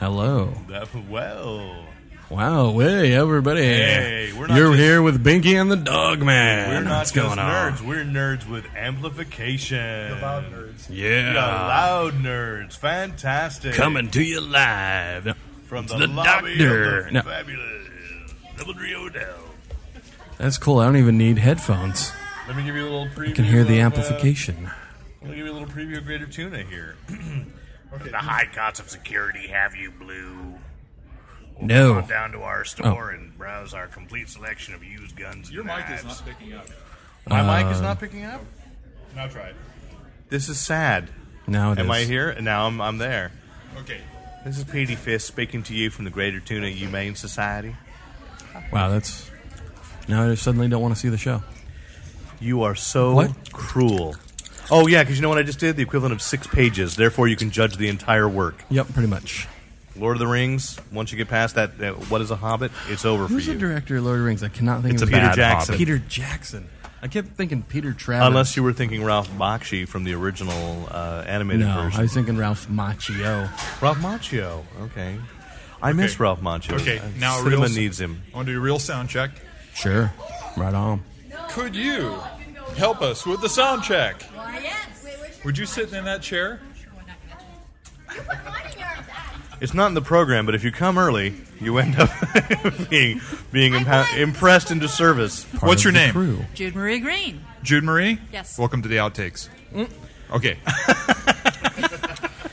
Hello. That, well, Wow. Hey, everybody. Hey, we're not You're just- here with Binky and the Dog Man. we're not What's just going nerds. on? We're nerds with amplification. The loud nerds. Yeah. The loud nerds. Fantastic. Coming to you live. from It's the, the lobby doctor. Of the No. Fabulous Double D Odell. That's cool. I don't even need headphones. Let me give you a little preview. I can hear the of, uh, amplification. let me give you a little preview of Greater Tuna here. <clears throat> The high costs of security have you blue. Come No. on down to our store and browse our complete selection of used guns. Your mic is not picking up. My mic is Uh, not picking up. Now try it. This is sad. Now it is. Am I here? Now I'm, I'm there. Okay. This is Petey Fist speaking to you from the Greater Tuna Humane Society. Wow, that's. Now I just suddenly don't want to see the show. You are so What? cruel. Oh yeah, because you know what I just did? The equivalent of six pages. Therefore, you can judge the entire work. Yep, pretty much. Lord of the Rings. Once you get past that, that what is a Hobbit? It's over Who's for the you. director of Lord of the Rings? I cannot think It's of a his Peter name. Jackson. Peter Jackson. I kept thinking Peter Travis. Unless you were thinking Ralph Bakshi from the original uh, animated No, version. I was thinking Ralph Macchio. Ralph Macchio. Okay. I miss Ralph Macchio. Okay, Uh, now cinema real, needs him. I want to do a real sound check. Sure. Right on. Could you help us with the sound check? Yes. Would you sit in that chair? It's not in the program, but if you come early, you end up <laughs> being being impa- impressed into service. Part What's of your the name? Crew. Jude Marie Green. Jude Marie? Yes. Welcome to the outtakes. <laughs> Okay. The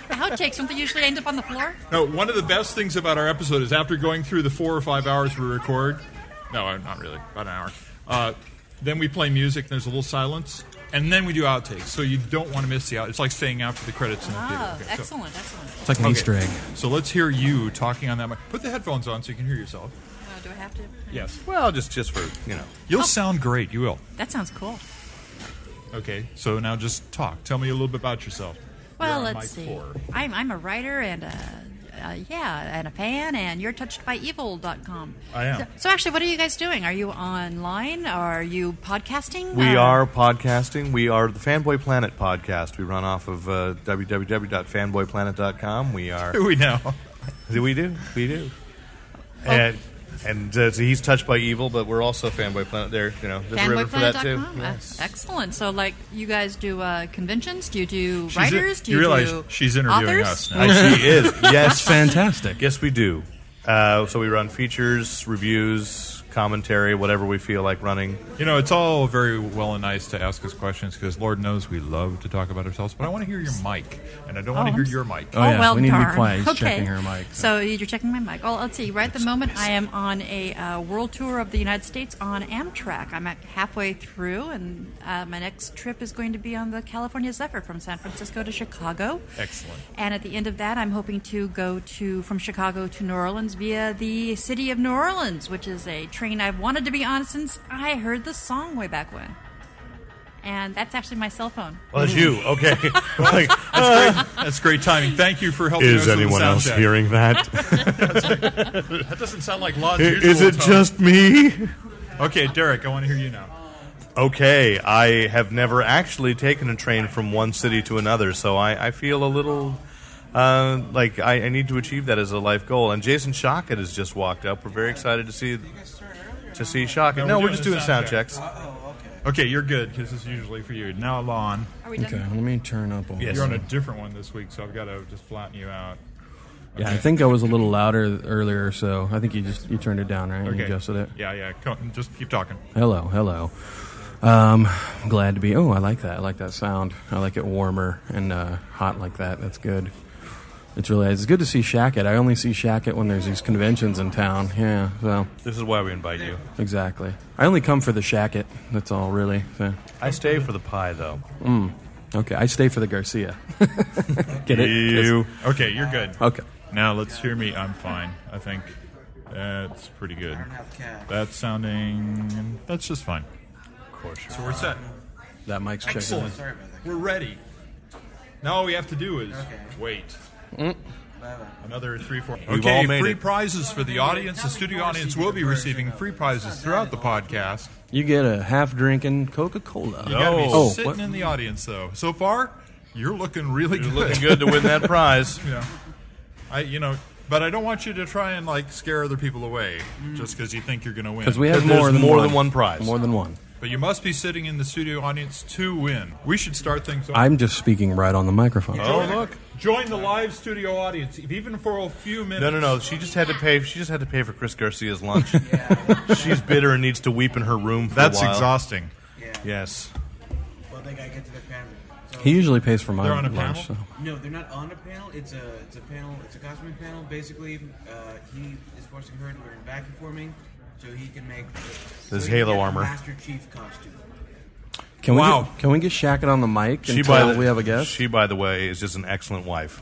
outtakes, don't they usually end up on the floor? No, one of the best things about our episode is after going through the four or five hours we record, no, not really, about an hour, uh, then we play music and there's a little silence, and then we do outtakes. So you don't want to miss the out. It's like staying after the credits in the Oh, theater. Okay, so- excellent, excellent. It's like an Okay. Easter egg. So let's hear you talking on that mic. Put the headphones on so you can hear yourself. Uh, do I have to? Yes. Well, just just for you know. You'll sound great. You will. That sounds cool. Okay. So now just talk. Tell me a little bit about yourself. Well, You're on let's see. mic four. I'm I'm a writer and a, uh, yeah, and a fan, and you're touched by evil.com. I am. So, so actually, what are you guys doing? Are you online? Are you podcasting? We Uh, are podcasting. We are the Fanboy Planet podcast. We run off of uh, www.fanboyplanet.com. We are. <laughs> we know. Oh. Do we do? We do. And and uh, so he's touched by evil, but we're also Fanboy Planet. There, you know, there's a river for that too. fanboyplanet.com. Uh, Excellent. So, like, you guys do uh, conventions? Do you do She's writers? in- do you you realize do she's interviewing authors? us now. I, <laughs> she is. Yes, fantastic. Yes, we do. Uh, so we run features, reviews, commentary, whatever we feel like running. You know, it's all very well and nice to ask us questions because Lord knows we love to talk about ourselves, but I want to hear your mic, and I don't want to Oh, hear I'm s- your mic. Oh, well, darn. okay. So. So. you're checking my mic. Well, let's see. Right at the moment, I am on a uh, world tour of the United States on Amtrak. I'm at halfway through, and uh, my next trip is going to be on the California Zephyr from San Francisco to Chicago. Excellent. And at the end of that, I'm hoping to go to from Chicago to New Orleans via the city of New Orleans, which is a train I've wanted to be on since I heard the song way back when. And that's actually my cell phone. Well, it's you. <laughs> Okay. Like, That's great. That's great timing. Thank you for helping. us Is with the anyone sound else check. hearing that? <laughs> that doesn't sound like Lodge. Is it just me? Okay, Derek, I want to hear you now. Okay, I have never actually taken a train from one city to another, so I, I feel a little uh, like I, I need to achieve that as a life goal. And Jason Shockett has just walked up. We're very excited to see to see Shockett. No, we're, just doing sound checks. Okay, you're good because it's usually for you. Now, Lon. Are we Okay, let me turn up. all You're on a this. different one this week, so I've got to just flatten you out. Yeah, I think I was a little louder earlier, so I think you just you turned it down, right? You Okay. adjusted it. Yeah, yeah. Come, just keep talking. Hello, hello. Um, I'm glad to be. Oh, I like that. I like that sound. I like it warmer and uh, hot like that. That's good. It's really it's good to see Shacket. I only see Shacket when there's these conventions in town. Yeah, so This is why we invite you. exactly. I only come for the Shacket. That's all, really. So, I stay for the pie, though. mm. okay, I stay for the Garcia. <laughs> Get it? You. Okay, you're good. Okay. Now let's hear me. I'm fine. I think that's pretty good. That's sounding. That's just fine. Of course. So we're set. That mic's checking. excellent. Sorry We're ready. Now all we have to do is wait. Mm. Another three, four. We've okay, all made free it. prizes for the audience. The studio audience will be receiving free prizes throughout the podcast. You get a half drinking Coca Cola. You gotta be oh, sitting what? in the audience though. So far, you're looking really You're good. looking good to <laughs> win that prize. yeah. I you know, but I don't want you to try and like scare other people away just because you think you're going to win. because we have more than one. More than one. But you must be sitting in the studio audience to win. We should start things off. I'm just speaking right on the microphone. Join- Join the live studio audience, if even for a few minutes. No, no, no. She just had to pay. She just had to pay for Chris Garcia's lunch. She's bitter and needs to weep in her room. For That's a while. exhausting. Yes. Well, they gotta get to the panel. So- He usually pays for my They're on a lunch. panel? No, they're not on a panel. It's a it's a panel. It's a cosmic panel. Basically, uh, he is forcing her to wear vacuum forming, so he can make so This he can Halo get a armor. Master Chief costume. So. Can Wow. we get, can we get Shacket on the mic She, by until the, we have a guest? She, by the way, is just an excellent wife,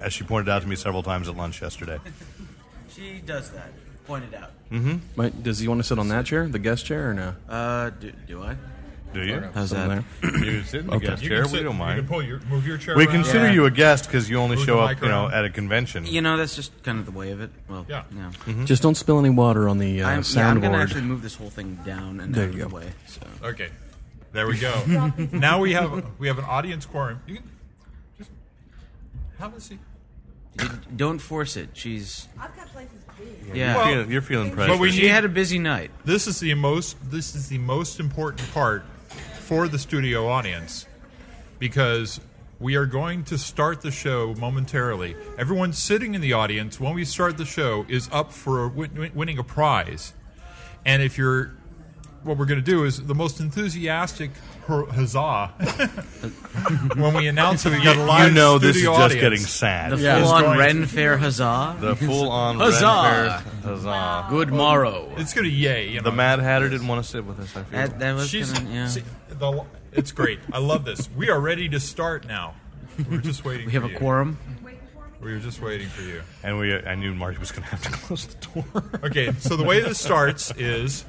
as she pointed out to me several times at lunch yesterday. She does that. Pointed out. Mm-hmm. Might, does he want to sit on that chair, the guest chair, or no? Uh, do, do I? Do you? How's Something that? there. <clears throat> You sit in the Okay. guest You chair. can We sit- don't you mind. can pull your- move your chair We around. consider Yeah. you a guest because you only Move show the up, mic you know, around. at a convention. You know, that's just kind of the way of it. Well, Yeah. yeah. Just don't spill any water on the Mm-hmm. I'm, uh, yeah, I'm Mm-hmm. soundboard. gonna actually move this whole thing down and There out you of the go. way. So. Okay, there we go. now we have we have an audience quorum. You can, just have a seat. It- don't force it. She's. I've got places to be. Yeah. Well, feeling- you're feeling But we she need- had a busy night. This is the most this is the most important part for the studio audience because we are going to start the show momentarily. Everyone sitting in the audience when we start the show is up for win- win- winning a prize. And if you're what we're going to do is the most enthusiastic hur- huzzah <laughs> when we announce that we got a live you know this is studio just audience. getting sad. The Yeah. full It's on going Ren to- Fair huzzah. <laughs> The full-on Ren huzzah. Fair huzzah. Oh. Good morrow. It's going to yay. You know. The Mad Hatter didn't want to sit with us. I feel That, that was She's- kinda, yeah. see, the- it's great. I love this. We are ready to start now. We're just waiting. we have for a you. quorum. We were just waiting for you. And we, I knew Mark was going to <laughs> have to close the door. Okay, so the way this starts is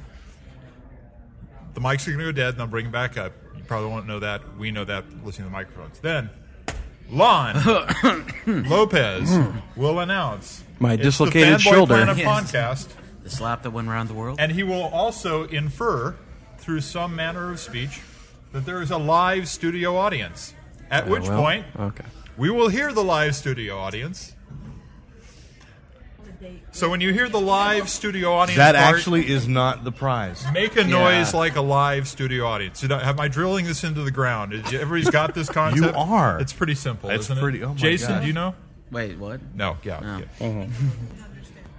the mics are going to go dead, and I'll bring them back up. You probably won't know that. We know that listening to the microphones. Then, Lon Lopez will announce My it's the dislocated Fanboy shoulder. Planet Yes. podcast, the slap that went around the world, and he will also infer through some manner of speech that there is a live studio audience. At I which will? point, Oh, Okay. we will hear the live studio audience. So when you hear the live studio audience, That part, actually is not the prize. make a noise like a live studio audience. You know, am I drilling this into the ground? Is- Everybody's got <laughs> this concept. You are. It's pretty simple, It's isn't pretty- it? oh my Jason, gosh. do you know? Wait, what? No. Yeah. yeah.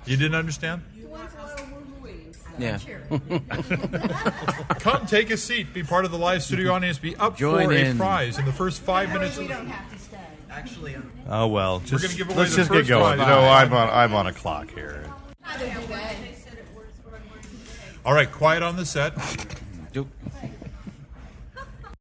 You didn't understand? Yeah. Come take a seat. Be part of the live studio audience. Be up Join for a in. prize in the first five minutes. Of the- Actually, Oh well, We're gonna just, give away let's the just get first going. prize. You know, I'm on, I'm on a clock here. All right, quiet on the set.